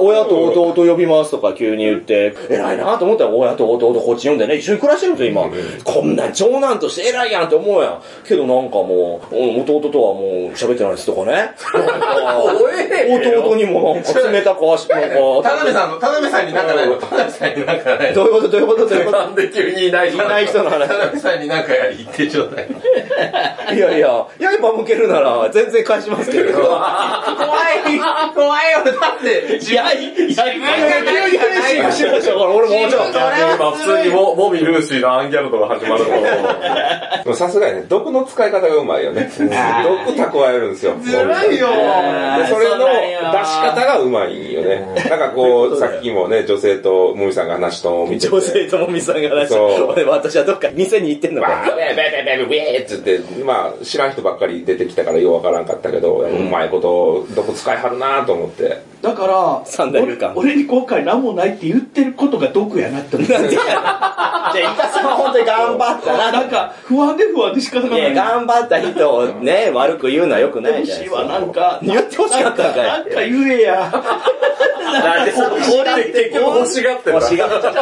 親、親と弟呼びますとか急に言って、偉いなと思ったら、親と弟こっち呼んでね、一緒に暮らしてるんですよ、今。こんなん長男として偉いやんって思うやん。けどなんかもう、うん弟とはもう喋ってないですとかね。なん か
怖えよ
弟にもなんか冷たく足、 なんか、
田辺さんの、田辺さんになんかないの田辺さんになんかないの
どういうことどういうことどういうこと
なんで急にいない人
いない人の話
田。辺さんになんかやり言ってちょうだい。
いやいや、刃向けるなら全然返しますけど。
怖い、怖いよ。だって、
いや、いや、い や、いや、いや、いや、いや、いや、
今普通にモモミルーシーのアンギャルドが始まるの。
でもさすがにね、毒の使い方がうまいよ ね。毒蓄えるんですよ。ず
辛いよ。
でそれの出し方がうまいよね。なんかこう、さっきもね、女性ともみさんが話と見てて。
女性ともみさんが話して、
そう
俺私はどっか店に行ってんの
バ
か。
ーベーベーベーベーベーって言って、まあ、知らん人ばっかり出てきたからようわからんかったけど、うまいこと、どこ使いはるなと思って。
だから、
三大流感
俺俺に後悔なんもないって言ってることが毒やなって思って。
なんでや ねんじゃあ、イカさんは本当に頑張ったな。
なんか、不安で不安で仕 方が
い
な
や、
い。
頑張った人をね、悪く言うのは良くない
欲
じゃない
し
で
い
す
わ、
か。
なんか。
言って欲しかったんかい
なんか言えや。
だって、俺って
結局欲しがってた。
欲しがってた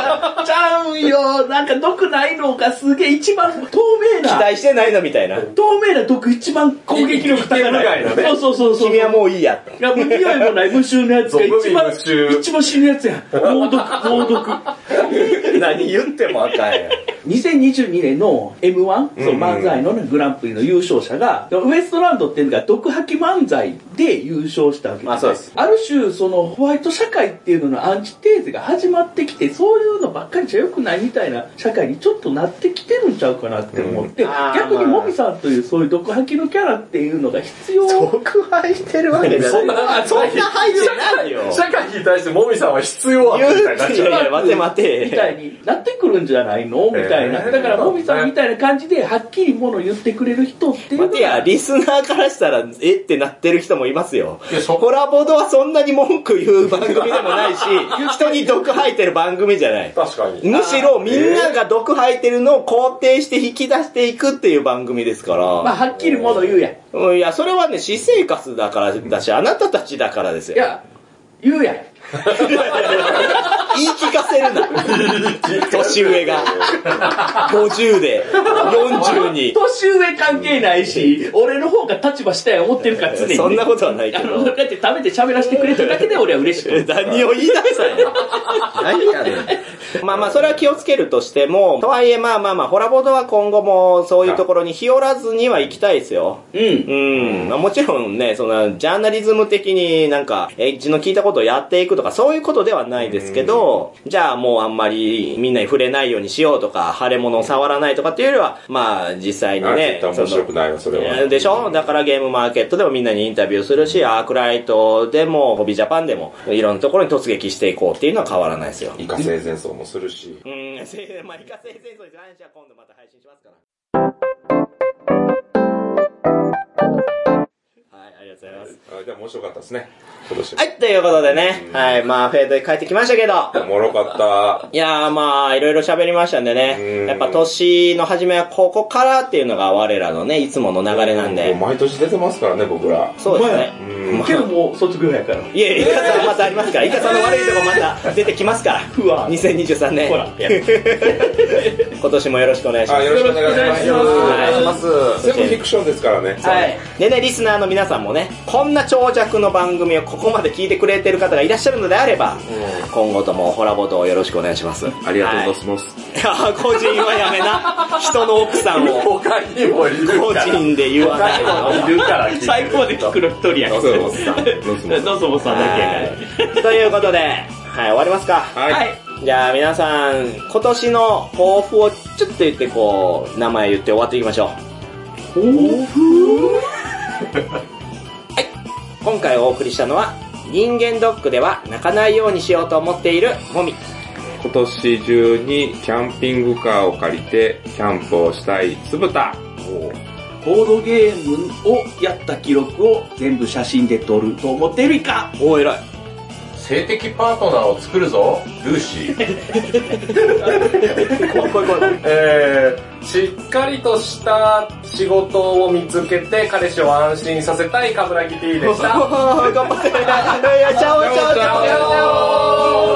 ちゃうんよ。なんか毒ないのがすげえ一番透明
期
な。
待してないのみたいな。
透明な毒一番攻撃力高い。
いけるぐらいのね
そうそうそうそう。
君はもういいや。
いや、もう匂いもない無臭のやつが一番、
俗に無臭
一番死ぬやつやん。猛毒、猛毒。
何言ってもあかん やん。
2022年の M1、その漫才のねグランプリの優勝者が、ウエストランドっていうのが毒吐き漫才で優勝したわけですね、
あそうです
ある種、そのホワイト社会っていうののアンチテーゼが始まってきて、そういうのばっかりじゃ良くないみたいな社会にちょっとなってきてるんちゃうかなって思って、
うんあー
逆に
まあ
もみさんというそういう毒吐きのキャラっていうのが必要。
特配してるわけじゃない。
そんな、
そんな配慮ないよ。
社会に対してモミさんは必要あ
言う
みたいになっ
い
ちゃう。
やいや、待て待
みたい
て。
になってくるんじゃないのみたいな。
えー
だから、もみさんみたいな感じで、はっきりもの言ってくれる人っていうの
待てや、
が、
リスナーからしたら、えってなってる人もいますよ。
いや、そこ
コラボドはそんなに文句言う番組でもないし、人に毒吐いてる番組じゃない。
確かに。
むしろみんなが毒吐いてるのを肯定して引き出していくっていう番組ですか
まあ、
ら。
はっきりもの言うやん。い
うんいや、それはね、私生活だからだし、あなたたちだからですよ。
や、言うやん。
言い聞かせるな。年上が。50で、40に。
年上関係ないし、俺の方が立場したい思ってるから常に。
そんなことはないけ
あ
ど。
の、だって食べて喋らせてくれただけで俺は嬉しくて。
何を言い出したんや。
何やねん。
まあまあ、それは気をつけるとしても、とはいえまあまあまあ、ホラボドは今後もそういうところに日和らずには行きたいですよ。
うん。
うん。まあもちろんね、その、ジャーナリズム的になんか、エッジの聞いたことをやっていくとか、そういうことではないですけど、じゃあもうあんまりみんなに触れないようにしようとか、腫れ物を触らないとかっていうよりは、まあ実際に
あ
ね
絶、対面白く
い。
ないわ、それは。
でしょだからゲームマーケットでもみんなにインタビューするし、アークライトでも、ホビージャパンでも、いろんなところに突撃していこうっていうのは変わらないですよ。
イカ性戦争もするし。
うん、せまあ、イカ戦争に関しては今度また配信しますから。はい、ありがとうございます。
あじゃあ面白かったですね。今年は。
はい、ということでね、はい、まあ、フェードで帰ってきましたけど、
おもろかっ
いやーまあ、いろいろ喋りましたんで
うん
ね、やっぱ年の初めはここからっていうのが我らのね、いつもの流れなん
た。もう
で、
毎年出てますからね、僕ら。
そうです
お
ね。
うん。
けどもう卒業やから。
いやいや、イカさんまたありますから、イカさんの悪いとこまた出てきますから、
ふわ
2023年、
ほら
今年もよろしくお願いします
あ、。よろしくお願いします。
はい
全部フィクションですからね。
はい。
でね、リスナーの皆さんもね、こんな長尺の番組をここまで聞いてくれてる方がいらっしゃるのであれば、今後ともホラボトをよろしくお願いします。
ありがとうございます。
はい、個人はやめな。人の奥さんを
他にもいる
個
から。
人で言わない
いるから聞いてる
最後まで聞くの一人や
どうぞ、おっさん。どうぞ。
どうぞもさんだけやから。
はい。ということで、はい、終わりますか。
はい。
じゃあ皆さん、今年の抱負をちょっと言ってこう、名前言って終わっていきましょう。はい。今回お送りしたのは、人間ドックでは泣かないようにしようと思っているもみ。
今年中にキャンピングカーを借りてキャンプをしたい酢豚。
ボードゲームをやった記録を全部写真で撮ると思ってるいか。
おー偉い。
性的パートナーを作るぞ、ルーシー。
えー、しっかりとした仕事を見つけて彼氏を安心させたいカブラギ P でした。
頑張って。いや、ちゃおちゃおちゃおちゃお。